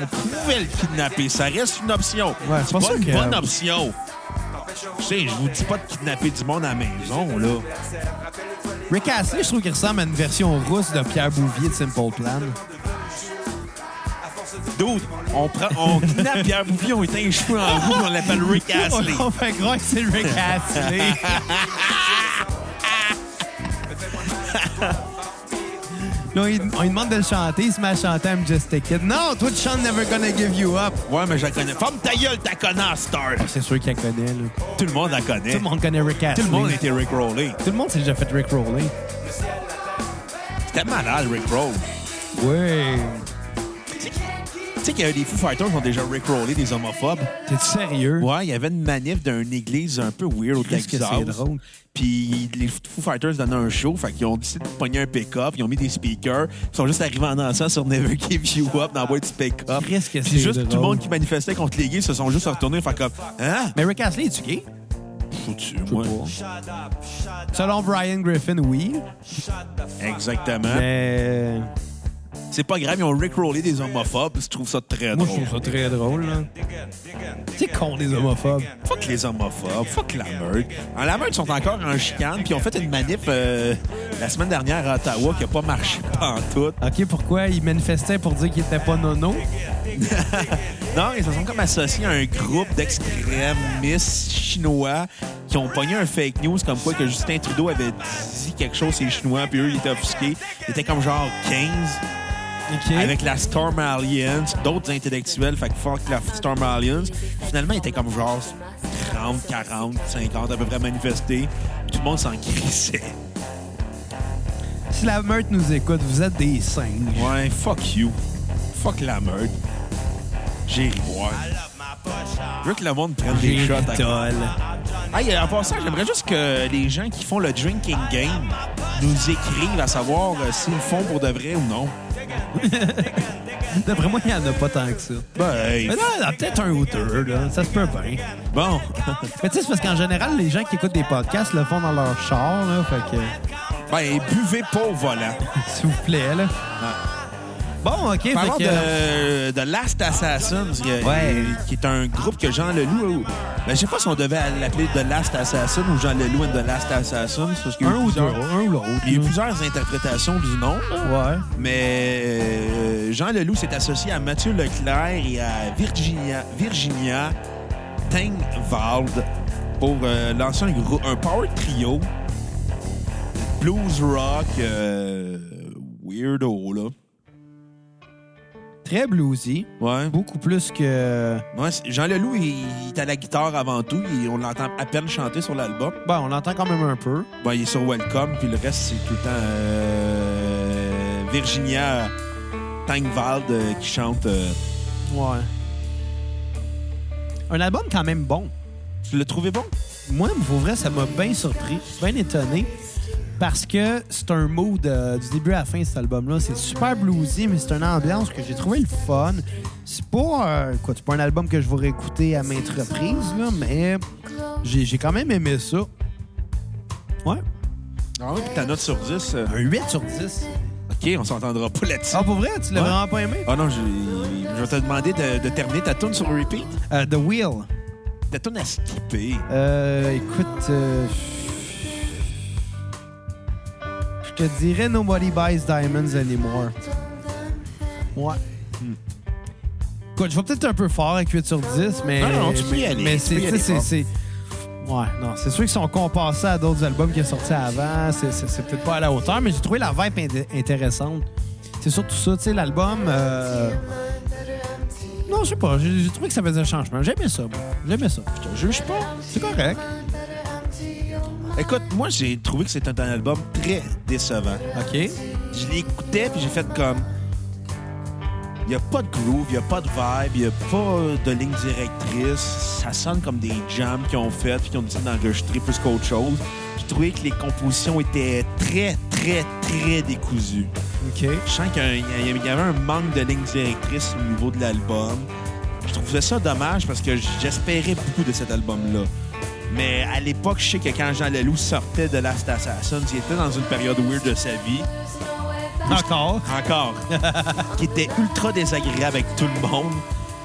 Speaker 3: on pouvait le kidnapper. Ça reste une option.
Speaker 1: Ouais,
Speaker 3: c'est
Speaker 1: c'est
Speaker 3: pas,
Speaker 1: pas sûr
Speaker 3: une
Speaker 1: que-
Speaker 3: bonne option. Je sais, je vous dis pas de kidnapper du monde à la maison, là.
Speaker 1: Rick Astley, je trouve qu'il ressemble à une version russe de Pierre Bouvier de Simple Plan.
Speaker 3: D'autres, on, prend,
Speaker 1: [LAUGHS]
Speaker 3: on kidnappe Pierre Bouvier, on éteint les cheveux en roue, on l'appelle Rick
Speaker 1: [LAUGHS]
Speaker 3: Astley.
Speaker 1: On fait croire que c'est Rick
Speaker 3: [LAUGHS]
Speaker 1: Astley. Là, on lui on lui demande de le chanter, il se met à chanter I'm Just a Kid. Non, toi, tu chantes Never Gonna Give You Up.
Speaker 3: Ouais, mais je la connais. Femme ta gueule, ta connasse, Star.
Speaker 1: C'est sûr qu'il la connaît, là.
Speaker 3: Tout le monde la connaît.
Speaker 1: Tout le monde connaît Rick
Speaker 3: Eh. Tout
Speaker 1: Astley.
Speaker 3: le monde était Rick Rowley.
Speaker 1: Tout le monde s'est déjà fait Rick Rowley.
Speaker 3: C'était malade, Rick Roll.
Speaker 1: Oui.
Speaker 3: Tu sais qu'il y a des Foo Fighters qui ont déjà Rick Rowley, des homophobes.
Speaker 1: T'es-tu sérieux?
Speaker 3: [LAUGHS] Ouais, il y avait une manif d'une église un peu weird au
Speaker 1: Qu'est-ce que
Speaker 3: Texas.
Speaker 1: c'est drôle.
Speaker 3: Puis les Foo Fighters donnaient un show, fait qu'ils ont décidé de pogner un pick-up, ils ont mis des speakers, ils sont juste arrivés en dansant sur Never Give You Up dans la boîte du pick-up.
Speaker 1: Qu'est-ce que
Speaker 3: Puis
Speaker 1: c'est
Speaker 3: juste
Speaker 1: drôle.
Speaker 3: tout le monde qui manifestait contre les gays se sont juste retournés, fait comme Hein?
Speaker 1: Mais Rick Astley, es-tu gay?
Speaker 3: Foutu,
Speaker 1: Je sais
Speaker 3: moi.
Speaker 1: pas. Selon Brian Griffin, oui.
Speaker 3: Hein? Exactement.
Speaker 1: Mais.
Speaker 3: C'est pas grave, ils ont Rick Rowley des homophobes, je trouve ça très
Speaker 1: Moi,
Speaker 3: drôle.
Speaker 1: je trouve ça très drôle, là. C'est con, les homophobes.
Speaker 3: Fuck les homophobes, fuck la meute. En la meute, ils sont encore en chicane, puis ils ont fait une manif euh, la semaine dernière à Ottawa qui a pas marché [LAUGHS] pantoute.
Speaker 1: OK, pourquoi ils manifestaient pour dire qu'ils étaient pas nono?
Speaker 3: Non, ils se sont comme associés à un groupe d'extrémistes chinois qui ont pogné un fake news comme quoi que Justin Trudeau avait dit quelque chose les Chinois, puis eux, ils étaient offusqués. Ils étaient comme genre 15
Speaker 1: OK.
Speaker 3: avec la Storm Alliance, d'autres intellectuels, fait que fuck la Storm Alliance. Finalement, ils étaient comme genre 30, 40, 50 à peu près manifestés. Tout le monde s'en crissait.
Speaker 1: Si la meute nous écoute, vous êtes des singes.
Speaker 3: Ouais, fuck you. Fuck la meute. J'ai ri voir. Je veux que le monde prenne des shots à
Speaker 1: Géritol.
Speaker 3: Hey, en passant, j'aimerais juste que les gens qui font le drinking game nous écrivent à savoir euh, s'ils le font pour de vrai ou non.
Speaker 1: D'après moi, il n'y en a pas tant que ça.
Speaker 3: Ben, hey,
Speaker 1: Mais non, il y en a peut-être un ou deux, là. Ça se peut bien.
Speaker 3: bon.
Speaker 1: Mais tu sais, c'est parce qu'en général, les gens qui écoutent des podcasts le font dans leur char, là. Fait que, [LAUGHS]
Speaker 3: ben, buvez pas au volant.
Speaker 1: s'il vous plaît, là. Bon, OK, fait
Speaker 3: Parlons
Speaker 1: que...
Speaker 3: de, de Last Assassins, il y a-
Speaker 1: Ouais.
Speaker 3: qui est un groupe que Jean Leloup... Ben, je sais pas si on devait l'appeler The Last Assassin ou Jean Leloup and The Last Assassin. Parce qu'il y a eu
Speaker 1: Un ou deux,
Speaker 3: plusieurs-
Speaker 1: un ou l'autre.
Speaker 3: Il y a eu plusieurs interprétations du nom. là.
Speaker 1: Ouais.
Speaker 3: Mais euh, Jean Leloup s'est associé à Mathieu Leclerc et à Virginia, Virginia Tengvald pour euh, lancer un, grou- un power trio blues rock euh, weirdo là.
Speaker 1: Très bluesy.
Speaker 3: Ouais.
Speaker 1: Beaucoup plus que...
Speaker 3: Ouais, c'est- Jean Leloup il, il est à la guitare avant tout et on l'entend à peine chanter sur l'album.
Speaker 1: Bon, on l'entend quand même un peu.
Speaker 3: Ben, il est sur Welcome puis le reste c'est tout le temps euh, Virginia Tengvald euh, qui chante. euh,
Speaker 1: Ouais. Un album quand même bon.
Speaker 3: tu l'as trouvé bon?
Speaker 1: Moi, pour vrai, ça m'a bien surpris, bien étonné, parce que c'est un mood euh, du début à la fin, cet album-là. C'est super bluesy, mais c'est une ambiance que j'ai trouvé le fun. C'est pas, euh, quoi, c'est pas un album que je vais réécouter à maintes reprises, là, mais j'ai j'ai quand même aimé ça. Ouais,
Speaker 3: Ah oui, puis ta note sur 10, euh,
Speaker 1: un 8 sur 10.
Speaker 3: OK, on s'entendra pas là-dessus.
Speaker 1: Ah, pour vrai? Tu l'as
Speaker 3: Ouais.
Speaker 1: vraiment pas aimé?
Speaker 3: Ah non, j'ai- je vais te demander de, de terminer ta tune sur repeat.
Speaker 1: Euh, The Wheel.
Speaker 3: Ta tune à skipper.
Speaker 1: Euh, écoute, euh, je te dirais Nobody Buys Diamonds Anymore. Ouais.
Speaker 3: Hmm.
Speaker 1: Écoute, je vais peut-être un peu fort avec 8 sur 10, mais.
Speaker 3: Non, non, tu peux y
Speaker 1: mais-
Speaker 3: aller,
Speaker 1: Mais
Speaker 3: tu
Speaker 1: c'est.
Speaker 3: peux y
Speaker 1: tu sais,
Speaker 3: aller
Speaker 1: c'est-
Speaker 3: fort.
Speaker 1: c'est- Ouais, non, c'est sûr que si on compare ça à d'autres albums qui sont sortis avant, c'est- c'est c'est peut-être pas à la hauteur, mais j'ai trouvé la vibe inté- intéressante. C'est surtout ça, tu sais, l'album. euh, Non, je sais pas, j'ai j'ai trouvé que ça faisait un changement. J'aimais ça, moi. J'aimais ça.
Speaker 3: Je te juge pas.
Speaker 1: C'est correct.
Speaker 3: Écoute, moi, j'ai trouvé que c'était un album très décevant.
Speaker 1: OK.
Speaker 3: Je l'écoutais, puis j'ai fait comme... Il n'y a pas de groove, il n'y a pas de vibe, il n'y a pas de ligne directrice. Ça sonne comme des jams qu'ils ont fait puis qu'ils ont dit d'enregistrer plus qu'autre chose. J'ai trouvé que les compositions étaient très, très, très décousues.
Speaker 1: OK.
Speaker 3: Je sens qu'il y a un- il y a- il y avait un manque de ligne directrice au niveau de l'album. Je trouvais ça dommage parce que j'espérais beaucoup de cet album-là. Mais à l'époque, je sais que quand Jean Leloup sortait de Last Assassin, il était dans une période weird de sa vie.
Speaker 1: Encore.
Speaker 3: Encore. [LAUGHS] qui était ultra désagréable avec tout le monde.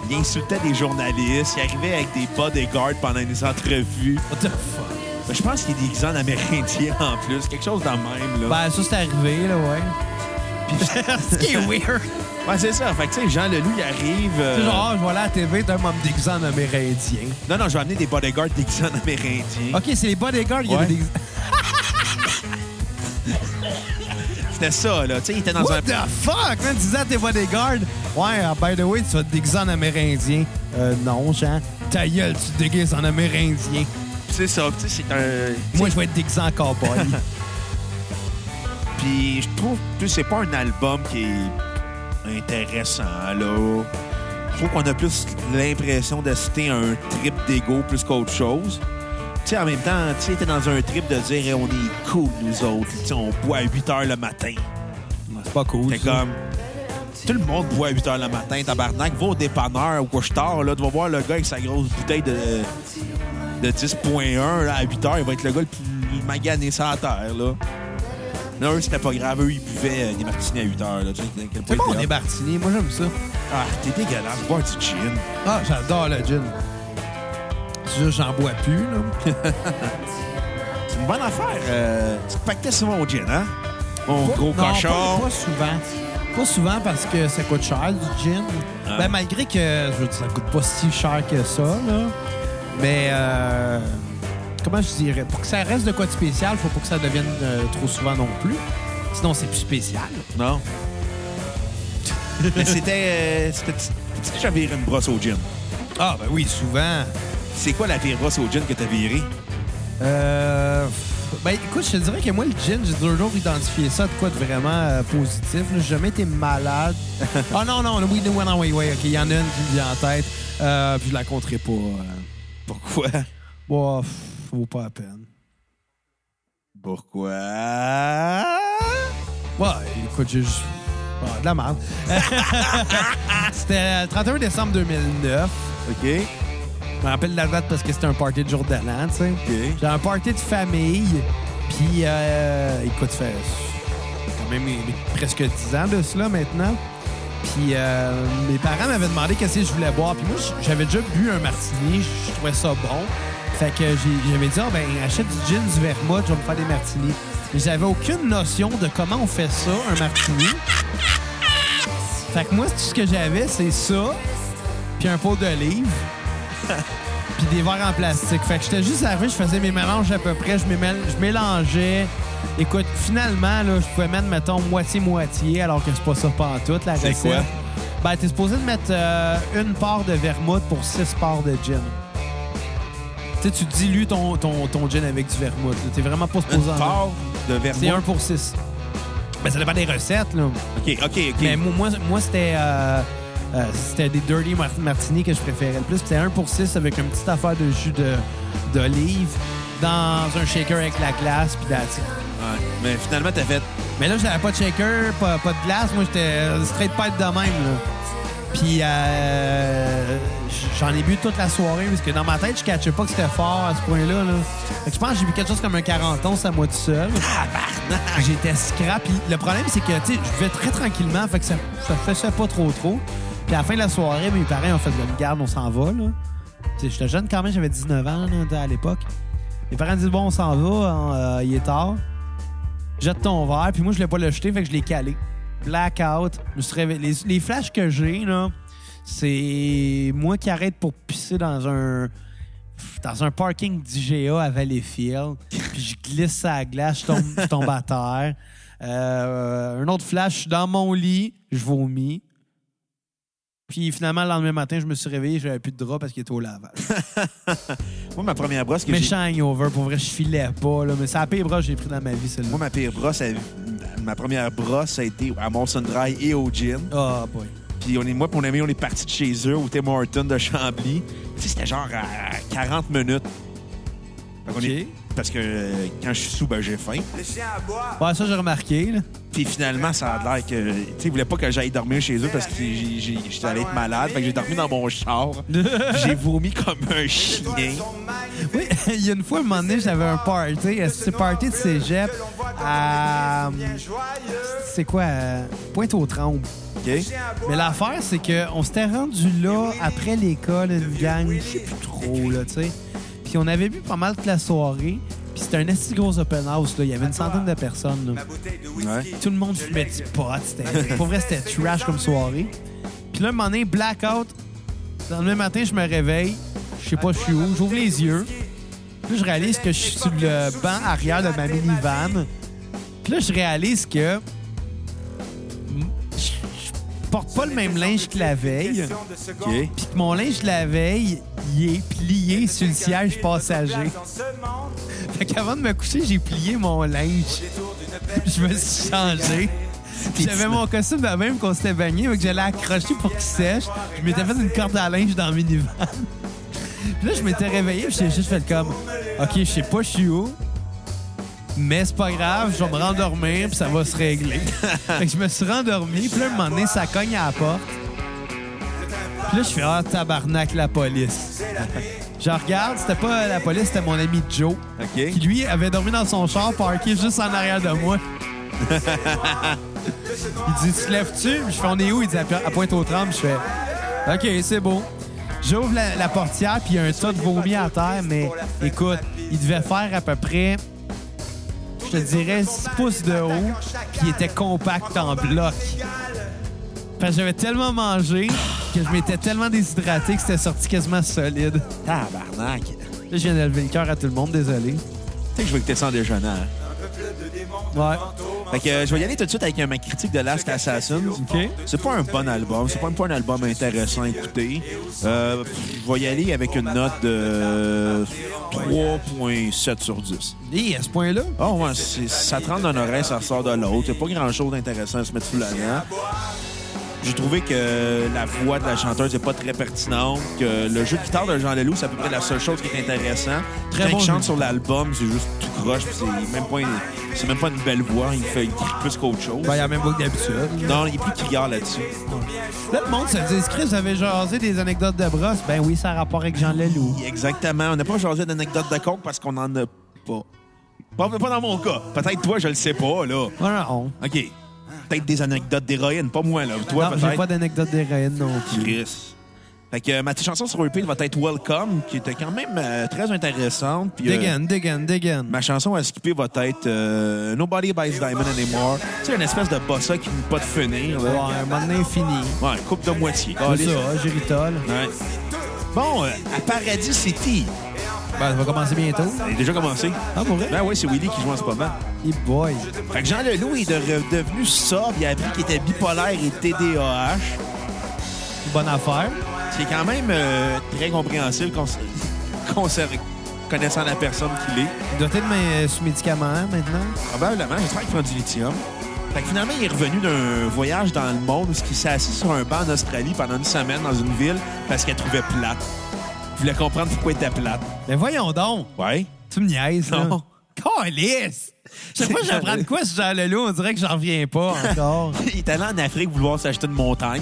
Speaker 3: Il insultait des journalistes. Il arrivait avec des bodyguards pendant des entrevues.
Speaker 1: What the fuck?
Speaker 3: Ben, je pense qu'il est déguisé en Amérindien [LAUGHS] en plus. Quelque chose dans le même, là.
Speaker 1: Ben, ça, c'est arrivé, là, ouais. [LAUGHS] Ce qui est weird.
Speaker 3: Ouais, c'est ça. Fait que, tu sais, Jean Leloup, il arrive... euh,
Speaker 1: C'est genre, ah, je vais aller à la TV, t'as un homme déguisé en amérindien.
Speaker 3: Non, non, je vais amener des bodyguards déguisés en Amérindien.
Speaker 1: OK, c'est les bodyguards, il y a
Speaker 3: Ouais.
Speaker 1: des...
Speaker 3: C'était ça, là. Tu sais, il était dans
Speaker 1: What
Speaker 3: un...
Speaker 1: the fuck? Man, tu disais à tes bodyguards, ouais, ah, by the way, tu vas te déguiser en amérindien. Euh, non, Jean. Ta gueule, tu te déguises en amérindien.
Speaker 3: C'est ça, tu sais, c'est un...
Speaker 1: Moi, je vais être déguisé en cowboy.
Speaker 3: Puis je trouve que c'est pas un album qui est intéressant, là. Je trouve qu'on a plus l'impression d'assister à un trip d'ego plus qu'autre chose. Tu sais, en même temps, tu sais, t'es dans un trip de dire Eh, on est cool, nous autres. Tu sais, on boit à 8 h le matin.
Speaker 1: c'est pas cool.
Speaker 3: T'es comme. Tout le monde boit à 8 h le matin, tabarnak. Va au dépanneur ou quoi je tard, là. Tu vas voir le gars avec sa grosse bouteille de, de 10.1 là, à 8 h. Il va être le gars le plus magané sur la terre, là. Là, eux, c'était pas grave. Eux, ils buvaient euh, des martinis à 8 h, là. Tu sais, à quel
Speaker 1: C'est
Speaker 3: point
Speaker 1: bon,
Speaker 3: ils
Speaker 1: on est
Speaker 3: étaient
Speaker 1: Bartini. Moi, j'aime ça.
Speaker 3: hot. Ah, t'es dégueulasse. Boire du gin.
Speaker 1: Ah, j'adore le gin. C'est juste, j'en bois plus, là.
Speaker 3: C'est une bonne affaire. Euh, tu te pactais souvent au gin, hein? Mon
Speaker 1: Pas-
Speaker 3: gros
Speaker 1: non,
Speaker 3: cochon.
Speaker 1: Pas, pas souvent. Pas souvent parce que ça coûte cher du gin.
Speaker 3: Ah.
Speaker 1: Ben, malgré que je veux dire, ça coûte pas si cher que ça, là. Mais euh, comment je dirais? Pour que ça reste de quoi de spécial, faut pas que ça devienne euh, trop souvent non plus. Sinon, c'est plus spécial.
Speaker 3: Non. Mais c'était. euh, c'était- T'as-tu déjà viré une brosse au gin?
Speaker 1: Ah ben oui, souvent.
Speaker 3: C'est quoi la pire brosse au gin que t'as virée?
Speaker 1: Euh, ben écoute, je te dirais que moi, le gin, j'ai toujours identifié ça de quoi de vraiment euh, positif. là. J'ai jamais été malade. Ah non, non, oui, non, non, oui, oui, OK, il y en a une qui me vient en tête. Euh, puis je la compterai pas. euh.
Speaker 3: Pourquoi?
Speaker 1: Bon, pff, vaut pas la peine.
Speaker 3: Pourquoi?
Speaker 1: Ouais, écoute, j'ai juste. Ah, de la merde. [LAUGHS] c'était le 31 décembre 2009.
Speaker 3: OK.
Speaker 1: Je me rappelle la date parce que c'était un party de jour de l'an, tu sais.
Speaker 3: OK.
Speaker 1: J'ai un party de famille. Puis, euh, écoute, ça fait quand même presque 10 ans de cela maintenant. Puis, euh, mes parents m'avaient demandé qu'est-ce que je voulais boire. Puis, moi, j'avais déjà bu un martini. Je trouvais ça bon. Fait que j'ai- j'avais dit, Ah, ben, achète du gin, du vermouth, je vais me faire des martinis. Mais j'avais aucune notion de comment on fait ça, un martini. Fait que moi, tout ce que j'avais, c'est ça, puis un pot d'olive, puis des verres en plastique. Fait que j'étais juste arrivé, je faisais mes mélanges à peu près, je, mémel- je mélangeais. Écoute, finalement, là, je pouvais mettre, mettons, moitié-moitié, alors que c'est pas ça pas en tout, la
Speaker 3: C'est
Speaker 1: recette.
Speaker 3: quoi?
Speaker 1: Ben, t'es supposé de mettre euh, une part de vermouth pour six parts de gin. Tu sais, tu dilues ton, ton, ton gin avec du vermouth. là. T'es vraiment pas supposé
Speaker 3: Une
Speaker 1: en
Speaker 3: part de
Speaker 1: C'est un
Speaker 3: vermouth.
Speaker 1: pour six. Ben, ça dépend des recettes, là.
Speaker 3: OK, OK, OK.
Speaker 1: Mais moi, moi, moi, c'était euh, euh, c'était des Dirty mar- Martini que je préférais le plus. C'était 1 pour 6 avec une petite affaire de jus de- d'olive dans un shaker avec la glace. Puis that's it.
Speaker 3: Ouais. Mais finalement, t'as fait...
Speaker 1: Mais là, j'avais pas de shaker, pas, pas de glace. Moi, j'étais euh, straight pipe de même. là. Puis euh, j'en ai bu toute la soirée parce que dans ma tête, je catchais pas que c'était fort à ce point-là. Là. Fait que je pense que j'ai bu quelque chose comme un 40 onces à moi tout seul. J'étais scrap. Puis le problème, c'est que tu sais, je buvais très tranquillement. Fait que ça, ça faisait pas trop trop. Puis à la fin de la soirée, mes parents ont fait une garde, on s'en va. là. Tu sais, J'étais jeune quand même, j'avais 19 ans là, à l'époque. Mes parents disent Bon, on s'en va, hein, euh, il est tard. Jette ton verre. Puis moi, je l'ai pas le jeter, fait que je l'ai calé. Blackout. Je me suis réveillé. Les, les flashs que j'ai, là, c'est moi qui arrête pour pisser dans un dans un parking d'IGA à Valleyfield. Puis je glisse à la glace, je tombe, je tombe à terre. Euh, un autre flash, je suis dans mon lit, je vomis. Puis finalement, le lendemain matin, je me suis réveillé, j'avais plus de drap parce qu'il était au lavage.
Speaker 3: Moi, ma première brosse que j'ai...
Speaker 1: Méchant hangover, pour vrai, je filais pas, là, mais c'est la pire broche que j'ai pris dans ma vie,
Speaker 3: Moi,
Speaker 1: celle-là.
Speaker 3: ma pire brosse, elle- ma première brosse, ça a été à Molson Dry et au gin.
Speaker 1: Ah, boy.
Speaker 3: Puis on est, moi, et mon ami, on est parti de chez eux au Tim Horton de Chambly. Tu sais, c'était genre à 40 minutes. Fait qu'on
Speaker 1: Ok.
Speaker 3: est- parce que euh, quand je suis sous, ben, j'ai faim.
Speaker 1: Ouais, ça, j'ai remarqué, là.
Speaker 3: Puis finalement, ça a l'air que. Tu sais, ils voulaient pas que j'aille dormir chez eux parce que j'ai- j'ai- j'étais allé être malade. Fait que j'ai dormi dans mon char. [LAUGHS] j'ai vomi comme un chien.
Speaker 1: Oui, [LAUGHS] il y a une fois, un moment donné, j'avais un party. euh, C'est party de cégep à... euh, C'est quoi? euh, Pointe-aux-Trembles.
Speaker 3: OK?
Speaker 1: Mais l'affaire, c'est qu'on s'était rendu là après l'école, une gang, je sais plus trop, là, tu sais. Puis on avait bu pas mal toute la soirée. Puis c'était un assez gros open house, là. Il y avait une centaine de personnes, là.
Speaker 3: Ouais.
Speaker 1: Tout le monde fumait du pot. c'était- Pour vrai, c'était trash comme soirée. Puis là, un moment donné, blackout. Le lendemain matin, je me réveille. Je sais pas, je suis où. J'ouvre les yeux. Puis là, je réalise que je suis sur le banc arrière de ma minivan. Puis là, je réalise que je je porte pas le même linge que la veille.
Speaker 3: OK?
Speaker 1: Puis que mon linge de la veille, il est plié sur le siège passager. Fait qu'avant de me coucher, j'ai plié mon linge. Je me suis changé. Puis J'avais mon costume de même qu'on s'était baigné, mais que j'allais accrocher pour qu'il sèche. Je m'étais fait une corde à linge dans le minivan. Puis là, je m'étais réveillé, puis j'ai juste fait comme OK, je sais pas, je suis où. Mais c'est pas grave, je vais me rendormir, puis ça va se régler. fait que je me suis rendormi, puis là, un moment donné, ça cogne à la porte. Puis là, je fais Ah, tabarnak, la police. je regarde, c'était pas la police, c'était mon ami Joe qui
Speaker 3: OK?
Speaker 1: lui avait dormi dans son char parké juste en arrière de moi. il dit Tu te lèves-tu Puis Je fais On est où Il dit À à pointe aux trembles. Je fais Ok, c'est beau. J'ouvre la, la portière, puis il y a un tas de vomi à terre, mais écoute, il devait faire à peu près, je te dirais, 6 pouces de haut, puis il était compact en bloc. Parce que j'avais tellement mangé que je m'étais tellement déshydraté que c'était sorti quasiment solide.
Speaker 3: Tabarnak. Tu
Speaker 1: Là, je viens d'élever le cœur à tout le monde, désolé.
Speaker 3: sais que je veux que t'aies ça en déjeunant. hein.
Speaker 1: Ouais.
Speaker 3: Fait que euh, je vais y aller tout de suite avec euh, ma critique de Last Assassin.
Speaker 1: OK.
Speaker 3: C'est pas un bon album, c'est pas un, pas un album intéressant à écouter. Euh, pff, je vais y aller avec une note de 3.7 sur 10.
Speaker 1: Et à ce point-là, ben,
Speaker 3: Oh ouais, c'est- ça te rentre d'un oreille, ça ressort de l'autre. Il a pas grand-chose d'intéressant à se mettre sous la dent. J'ai trouvé que la voix de la chanteuse n'est pas très pertinente, que le jeu de guitare de Jean Leloup, c'est à peu près la seule chose qui est intéressante.
Speaker 1: Très
Speaker 3: Quand
Speaker 1: bon
Speaker 3: il
Speaker 1: jeu.
Speaker 3: chante sur l'album, c'est juste tout croche, puis c'est même, pas une- c'est même pas une belle voix, il fait il crie plus qu'autre chose.
Speaker 1: ben, il y a même pas que d'habitude.
Speaker 3: Non, il est plus criard là-dessus.
Speaker 1: Là, le monde se dit Chris, vous avez jasé des anecdotes de brosse. Ben oui, ça a rapport avec Jean Leloup.
Speaker 3: Exactement. On n'a pas changé d'anecdote de coke parce qu'on en a pas. Pas, pas dans mon cas. Peut-être toi, je le sais pas, là.
Speaker 1: Non, non,
Speaker 3: OK. Peut-être des anecdotes d'héroïne, pas moi, là.
Speaker 1: non.
Speaker 3: Toi,
Speaker 1: Non, j'ai pas
Speaker 3: peut-être.
Speaker 1: d'anecdote d'héroïne non plus.
Speaker 3: Chris. Fait que euh, ma petite chanson sur EP va être Welcome, qui était quand même euh, très intéressante. Puis, euh, ben,
Speaker 1: Diggin, diggin, diggin.
Speaker 3: ma chanson à skipper va être euh, Nobody Buys Diamond Anymore. Tu sais, une espèce de bossa qui ne pas de finir.
Speaker 1: Ouais,
Speaker 3: Là.
Speaker 1: un moment donné, fini.
Speaker 3: Ouais, coupe de moitié.
Speaker 1: C'est ça, hein, Géritol.
Speaker 3: Ouais. Bon, euh, à Paradis City.
Speaker 1: Ben, ça va commencer bientôt.
Speaker 3: Elle est déjà commencé.
Speaker 1: Ah, pour vrai?
Speaker 3: Ben oui, c'est Willy qui joue en ce moment.
Speaker 1: Hey boy.
Speaker 3: Fait que Jean Leloup est de- devenu sobre. Il a appris qu'il était bipolaire et TDAH.
Speaker 1: Bonne affaire.
Speaker 3: Ce qui est quand même euh, très compréhensible [LAUGHS] cons- conser- connaissant la personne qu'il est.
Speaker 1: Doté de mes euh, sous médicaments maintenant.
Speaker 3: Probablement, j'espère qu'il prend du lithium. Fait que finalement, il est revenu d'un voyage dans le monde où il s'est assis sur un banc en Australie pendant une semaine dans une ville parce qu'elle trouvait plate. Il voulait comprendre pourquoi elle était plate.
Speaker 1: Mais Ben, voyons donc.
Speaker 3: [LAUGHS] Ouais.
Speaker 1: Tu me niaises, là.
Speaker 3: Non.
Speaker 1: Calisse! Chaque fois que j'apprends de quoi sur Jean Leloup, on dirait que j'en reviens pas encore.
Speaker 3: il est allé en Afrique vouloir s'acheter une montagne.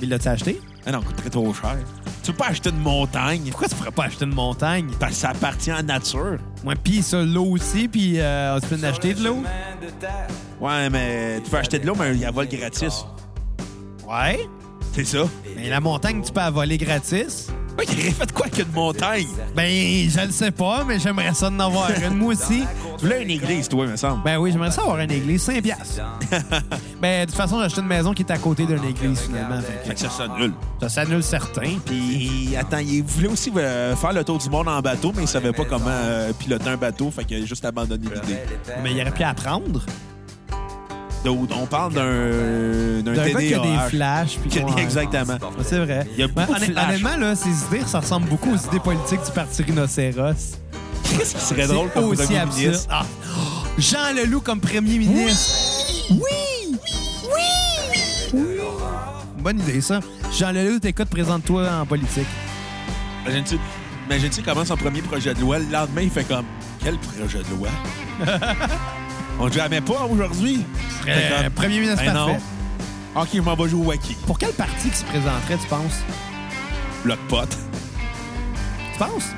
Speaker 1: Mais l'as-tu acheté?
Speaker 3: Ah non, coûterait trop cher. Tu peux pas acheter une montagne
Speaker 1: Pourquoi tu pourrais pas acheter une montagne?
Speaker 3: parce que ça appartient à la nature.
Speaker 1: Moi, pis ça, l'eau aussi, puis euh, tu peux en acheter de l'eau?
Speaker 3: Ouais, mais tu peux acheter de l'eau, mais il y a vol gratis.
Speaker 1: Ouais.
Speaker 3: C'est ça.
Speaker 1: Mais la montagne, tu peux la voler gratis?
Speaker 3: Ouais, il aurait fait de quoi qu'une montagne?
Speaker 1: Ben, je le sais pas, mais j'aimerais ça d'en avoir une, moi aussi.
Speaker 3: Tu voulais une église, toi, il me semble.
Speaker 1: Ben oui, j'aimerais ça avoir une église, 5 piastres. ben, de toute façon, j'ai acheté une maison qui est à côté
Speaker 3: Ah,
Speaker 1: d'une église, finalement. Fait
Speaker 3: Fait que ça sonne nul.
Speaker 1: que ça s'annule certain, puis...
Speaker 3: Puis, attends, il voulait aussi euh, faire le tour du monde en bateau, mais il savait pas comment euh, piloter un bateau, fait qu'il a juste abandonné l'idée.
Speaker 1: Mais il aurait pu apprendre.
Speaker 3: Donc, on parle d'un d'un
Speaker 1: D'un gars qui a
Speaker 3: TDAH.
Speaker 1: des flashs, puis...
Speaker 3: Que-
Speaker 1: Ouais.
Speaker 3: Exactement.
Speaker 1: Ouais, C'est vrai.
Speaker 3: Il y a beaucoup de flash.
Speaker 1: Honnêtement, là, ces idées, ça ressemble beaucoup aux idées politiques du Parti Rhinocéros.
Speaker 3: Qu'est-ce qui serait drôle comme
Speaker 1: aussi
Speaker 3: premier
Speaker 1: absurde.
Speaker 3: ministre?
Speaker 1: Ah. Jean Leloup comme premier ministre. Oui! Oui! Oui! Bonne idée, ça. Jean Leloup, t'écoutes, présente-toi en politique.
Speaker 3: Imagine-tu imagine-tu comment son premier projet de loi, le lendemain, il fait comme Quel projet de loi
Speaker 1: [LAUGHS]
Speaker 3: On ne jamais pas aujourd'hui. Fait
Speaker 1: Euh,
Speaker 3: comme,
Speaker 1: premier ministre
Speaker 3: Ben
Speaker 1: parfait.
Speaker 3: non. Ok, je m'en vais jouer au wacky.
Speaker 1: Pour quel parti qui se présenterait, tu penses?
Speaker 3: Bloc pote.
Speaker 1: Tu penses?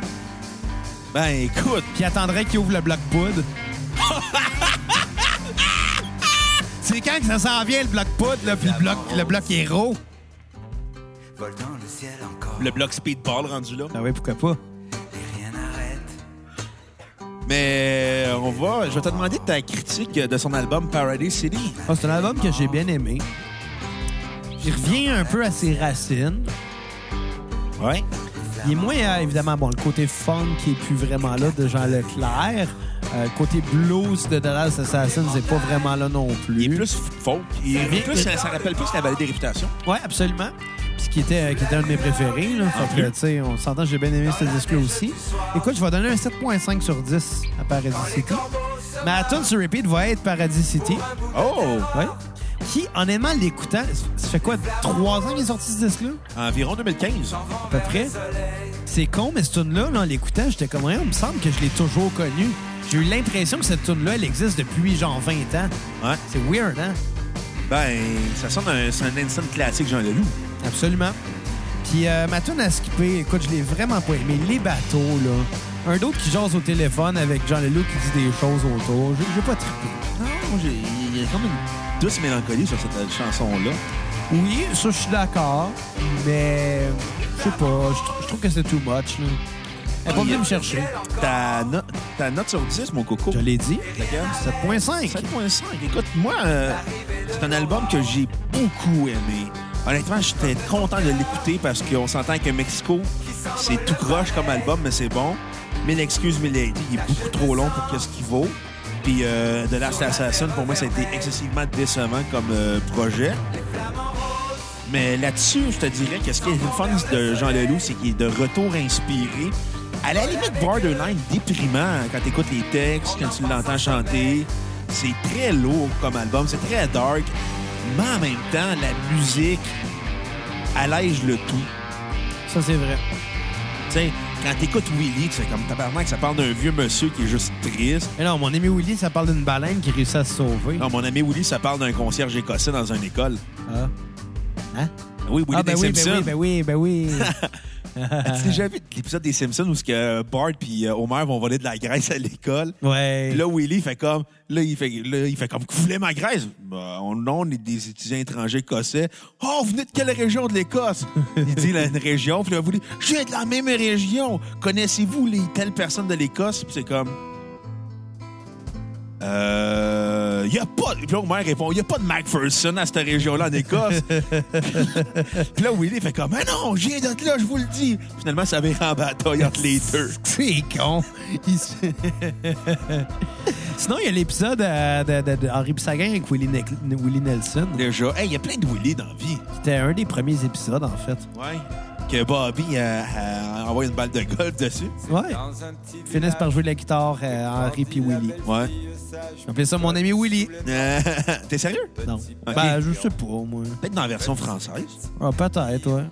Speaker 3: Ben écoute,
Speaker 1: Puis il attendrait qu'il ouvre le bloc [LAUGHS] poudre. C'est quand que ça s'en vient, le bloc poudre, là, puis le bloc, le bloc héros?
Speaker 2: Vol dans le ciel encore.
Speaker 3: le bloc speedball rendu là.
Speaker 1: Ah oui, pourquoi pas?
Speaker 2: Et rien n'arrête.
Speaker 3: Mais euh, on va. Je vais te demander ta critique de son album Paradise City.
Speaker 1: Ah, c'est un album que j'ai bien aimé. Il revient un peu à ses racines.
Speaker 3: Ouais.
Speaker 1: Il est moins, euh, évidemment, bon, le côté funk qui est plus vraiment là de Jean Leclerc. Euh, le côté blues de Dallas Assassin, c'est pas vraiment là non plus.
Speaker 3: Il est plus folk. Il est plus, Mm-hmm. ça, ça rappelle plus la vallée des réputations.
Speaker 1: Ouais, absolument. Puis ce qui était, euh, qui était un de mes préférés. Là. Fait que, tu sais, on s'entend, j'ai bien aimé ce disque-là aussi. Écoute, je vais donner un 7.5 sur 10 à Paradis City. Ma tune sur repeat va être Paradis City.
Speaker 3: Oh!
Speaker 1: Ouais. Qui, honnêtement, l'écoutant, ça fait quoi, trois ans qu'il est sorti ce disque-là?
Speaker 3: Environ 2015.
Speaker 1: à peu près. C'est con, mais cette tune-là, là, en l'écoutant, j'étais comme, Ouais, il me semble que je l'ai toujours connue. J'ai eu l'impression que cette tune-là, elle existe depuis genre 20 ans.
Speaker 3: Ouais.
Speaker 1: C'est weird, hein?
Speaker 3: Ben, ça sonne un, c'est un instant classique, Jean Leloup.
Speaker 1: Absolument. Puis euh, ma tune à skipper, écoute, je l'ai vraiment pas aimé. Les bateaux, là. Un d'autre qui jase au téléphone avec Jean Leloup qui dit des choses autour. J'ai j'ai pas trippé.
Speaker 3: Non, j'ai- il y a comme une douce mélancolie sur cette euh, chanson-là.
Speaker 1: Oui, ça, je suis d'accord, mais je sais pas. Je tr- je trouve que c'est too much, là. Elle est pas venue me chercher.
Speaker 3: Ta, no- ta note sur 10, mon coco.
Speaker 1: Je l'ai dit.
Speaker 3: Laquelle?
Speaker 1: 7.5.
Speaker 3: 7.5. Écoute, moi, euh, c'est un album que j'ai beaucoup aimé. Honnêtement, j'étais content de l'écouter parce qu'on s'entend que Mexico, c'est tout croche comme album, mais c'est bon. Mille excuses, mille lady, il est beaucoup trop long pour qu'est-ce qu'il vaut. Puis euh, The Last Assassin, pour moi, ça a été excessivement décevant comme euh, projet. Mais là-dessus, je te dirais que ce qui est le fun de Jean Leloup, c'est qu'il est de retour inspiré. À la limite, borderline déprimant hein, quand tu écoutes les textes, quand tu l'entends chanter. C'est très lourd comme album, c'est très dark. Mais en même temps, la musique allège le tout.
Speaker 1: Ça, c'est vrai.
Speaker 3: Tu sais, quand t'écoutes Willy, tu fais comme tabarnak, ça parle d'un vieux monsieur qui est juste triste.
Speaker 1: Mais non, mon ami Willy, ça parle d'une baleine qui réussit à se sauver.
Speaker 3: Non, mon ami Willy, ça parle d'un concierge écossais dans une école.
Speaker 1: Ah. Hein?
Speaker 3: Oui, Willy
Speaker 1: ah,
Speaker 3: des
Speaker 1: ben oui,
Speaker 3: Simpsons.
Speaker 1: ben oui, ben oui, [LAUGHS] ben oui.
Speaker 3: [LAUGHS] As-tu déjà vu l'épisode des Simpsons où ce que Bart puis euh, Homer vont voler de la graisse à l'école?
Speaker 1: ouais.
Speaker 3: Puis Là, Willy fait comme, là, il fait, là, il fait comme, vous voulez ma graisse? Ben, on, non, on est des étudiants étrangers écossais. Oh, vous venez de quelle région de l'Écosse? il dit, là, une région. Puis là, Willy, je viens de la même région. Connaissez-vous les telles personnes de l'Écosse? Puis c'est comme, euh, y a pas, puis là, Homer répond, y a pas de Macpherson à cette région-là en Écosse. [LAUGHS] puis là, Willy fait comme, mais non, je viens d'être là, je vous le dis. Finalement, ça [LAUGHS] vire en bataille entre les deux.
Speaker 1: C'est con. Il se- [LAUGHS] Sinon, il y a l'épisode euh, de, de- de Henri Pissaguin avec Willie, Nec- Willie Nelson.
Speaker 3: Déjà, hey, y a plein de Willy dans la vie.
Speaker 1: C'était un des premiers épisodes, en fait.
Speaker 3: Ouais. Que Bobby euh, euh, envoie une balle de golf dessus.
Speaker 1: Ouais. Ils finissent par jouer de la guitare, euh, Henri puis Willie.
Speaker 3: Ouais.
Speaker 1: J'appelais ça mon ami Willie.
Speaker 3: Euh, [LAUGHS] T'es sérieux?
Speaker 1: Non.
Speaker 3: Ok.
Speaker 1: Ben, je sais pas, moi.
Speaker 3: Peut-être dans la version française.
Speaker 1: Ah, peut-être, ouais.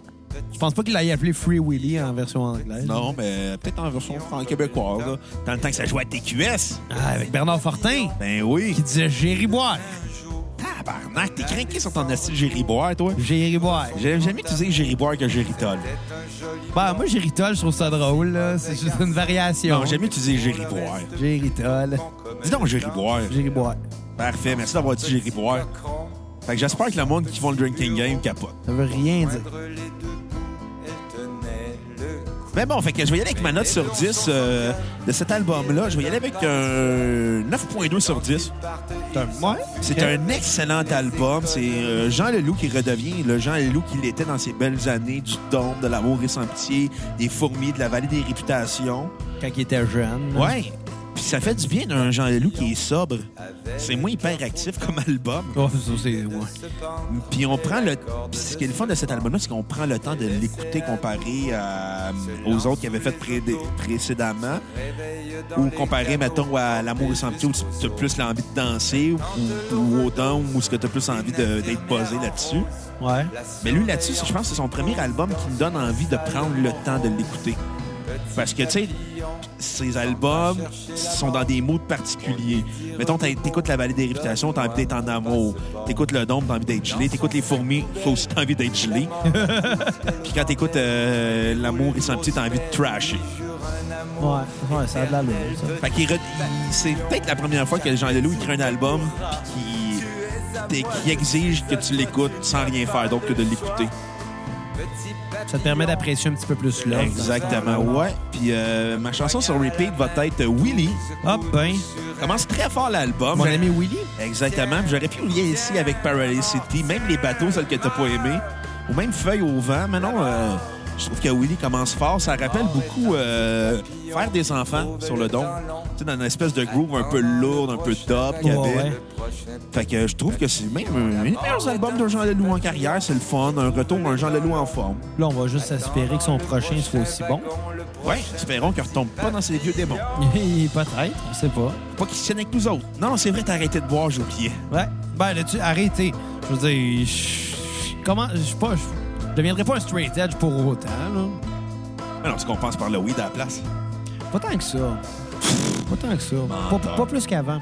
Speaker 1: Je pense pas qu'il l'ait appelé Free Willie en version anglaise.
Speaker 3: Non, mais peut-être en version fran- québécoise. là. Dans le temps que ça jouait à TQS.
Speaker 1: Ah, avec Bernard Fortin,
Speaker 3: Ben oui.
Speaker 1: qui disait Jerry Boire.
Speaker 3: Tabarnak. tabarnak. T'es craqué sur ton assis de Gériboire, toi.
Speaker 1: Jerry Boy.
Speaker 3: J'aime jamais utiliser Gériboire que Géritol.
Speaker 1: Bah, moi, Géritol, je trouve ça drôle, là. C'est juste une variation.
Speaker 3: Non, j'aime mieux utiliser Gériboire.
Speaker 1: Géritol.
Speaker 3: Dis donc Gériboire.
Speaker 1: Jerry Boy.
Speaker 3: Parfait, merci d'avoir dit Gériboire. Fait que j'espère que le monde qui font le drinking game capote.
Speaker 1: Ça veut rien dire.
Speaker 3: Mais bon, fait que je vais y aller avec ma note sur 10 euh, de cet album-là. Je vais y aller avec un 9.2 sur 10.
Speaker 1: Ouais.
Speaker 3: C'est
Speaker 1: Ok.
Speaker 3: un excellent album. C'est euh, Jean Leloup qui redevient le Jean Leloup qu'il était dans ses belles années du Dôme, de l'amour et sans pitié, des fourmis, de la vallée des réputations.
Speaker 1: Quand il était jeune. là.
Speaker 3: Ouais. Puis ça fait du bien d'un Jean Leloup qui est sobre. C'est moins hyper actif comme album.
Speaker 1: Ouais, Oh, ça, c'est. Ouais.
Speaker 3: Puis on prend le. puis ce qui est le fun de cet album-là, c'est qu'on prend le temps de l'écouter comparé à- aux autres qui avaient fait pré- précédemment. Ou comparé, mettons, à L'amour et sans pitié, où tu as plus l'envie de danser, ou, ou au Dôme, où tu as plus envie de- d'être buzzé là-dessus.
Speaker 1: Ouais.
Speaker 3: Mais lui, là-dessus, je pense que c'est son premier album qui me donne envie de prendre le temps de l'écouter. Parce que, tu sais, ses albums sont dans des moods particuliers. Mettons, t'as- t'écoutes La Vallée des Réputations, t'as envie d'être en amour. T'écoutes Le Dôme, t'as envie d'être gelé. T'écoutes Les Fourmis, t'as aussi envie d'être gelé. Puis quand t'écoutes euh, L'amour et sans pitié, t'as envie de trasher.
Speaker 1: Ouais. Ouais, ça a de la lourde, ça.
Speaker 3: Fait qu'il re- il- c'est peut-être la première fois que Jean Leloup il crée un album puis qui, qui exige que tu l'écoutes sans rien faire d'autre que de l'écouter.
Speaker 1: Ça te permet d'apprécier un petit peu plus l'œuvre.
Speaker 3: Exactement, ouais. Puis euh, ma chanson sur repeat va être Willy.
Speaker 1: Hop, ben.
Speaker 3: Commence très fort l'album.
Speaker 1: Mon ami Willy.
Speaker 3: Exactement. Puis J'aurais pu lier ici avec Paradise City, même les bateaux, celles que t'as pas aimé, ou même Feuille au vent. Mais non, euh, je trouve que Willy commence fort. Ça rappelle beaucoup euh, faire des enfants sur le don. Tu sais, dans une espèce de groove un peu lourde, un peu top qu'il y avait.
Speaker 1: Ouais, ouais.
Speaker 3: Fait que je trouve que c'est même un des meilleurs albums d'un Jean Leloup en carrière. C'est le fun. Un retour d'un Jean Leloup en forme.
Speaker 1: Là, on va juste espérer que son prochain soit aussi [LAUGHS] bon.
Speaker 3: Ouais, espérons qu'il retombe pas dans ses vieux démons.
Speaker 1: Peut-être, on sait pas.
Speaker 3: Pas qu'ils se tiennent avec nous autres. Non, c'est vrai, t'as arrêté de boire, j'ai oublié.
Speaker 1: Ouais. Ben, là, tu arrêtez. Je veux dire, je- je- comment. Je suis pas. Je je deviendrai pas un straight edge pour autant, là.
Speaker 3: Mais non, tu compenses par le weed à la place.
Speaker 1: Pas tant que ça. Pas tant que ça. Pas, pas plus qu'avant.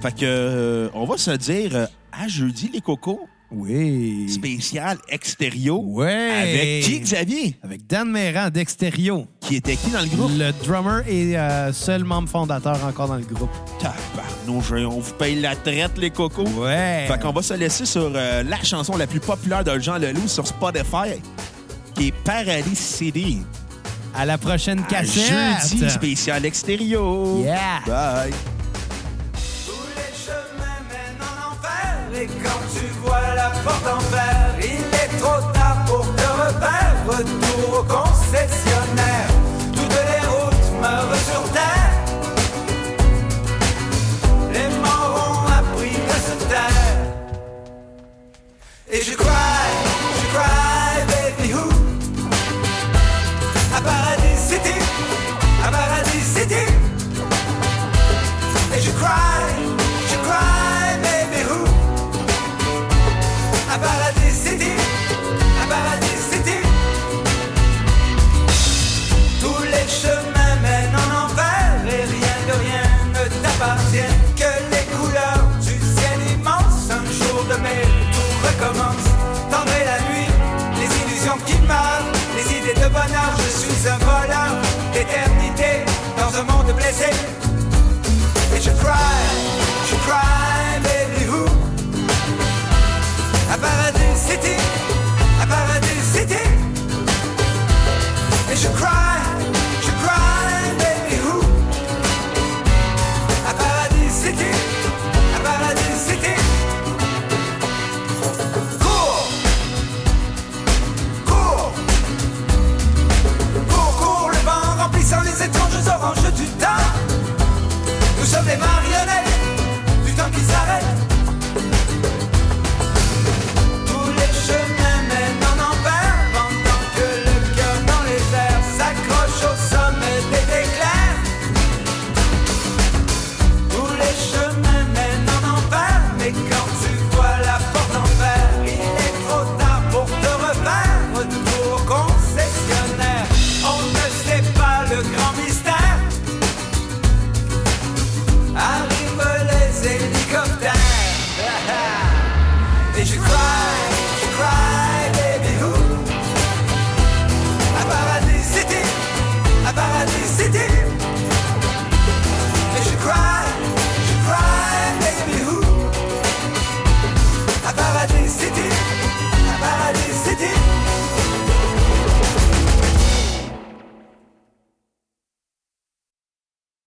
Speaker 3: Fait que, euh, on va se dire euh, à jeudi, les cocos,
Speaker 1: Oui.
Speaker 3: spécial extérieur.
Speaker 1: Ouais.
Speaker 3: Avec qui, Xavier?
Speaker 1: Avec Dan Méran d'Extérieur.
Speaker 3: Qui était qui dans le groupe?
Speaker 1: Le drummer et euh, seul membre fondateur encore dans le groupe.
Speaker 3: Tabarnouche, on vous paye la traite, les cocos.
Speaker 1: Ouais.
Speaker 3: Fait qu'on va se laisser sur euh, la chanson la plus populaire de Jean Leloup sur Spotify, qui est Paradis City.
Speaker 1: À la prochaine
Speaker 3: À
Speaker 1: cassette.
Speaker 3: jeudi, spécial extérieur.
Speaker 1: Yeah.
Speaker 3: Bye.
Speaker 4: Tous les chemins mènent en enfer Et quand tu vois la porte en fer Il est trop tard pour te repère Retour au concessionnaire Toutes les routes meurent sur terre Les morts ont appris à se taire Et je cry, je cry, baby who À paradis city, à paradis city et je cry, je cry, baby who À paradis city, à paradis city Tous les chemins mènent en envers Et rien de rien ne t'appartient Que les couleurs du ciel immense Un jour de mai, tout recommence Tendre est la nuit, les illusions qui meurent Les idées de bonheur, je suis un voleur D'éternité, dans un monde blessé et je cry, je cry, baby who À Paradise City, à Paradise City Et je cry, je cry, baby who À Paradise City, à Paradise City Cours, cours Cours, cours le vent remplissant les étranges oranges du temps nous sommes les marionnettes [LAUGHS]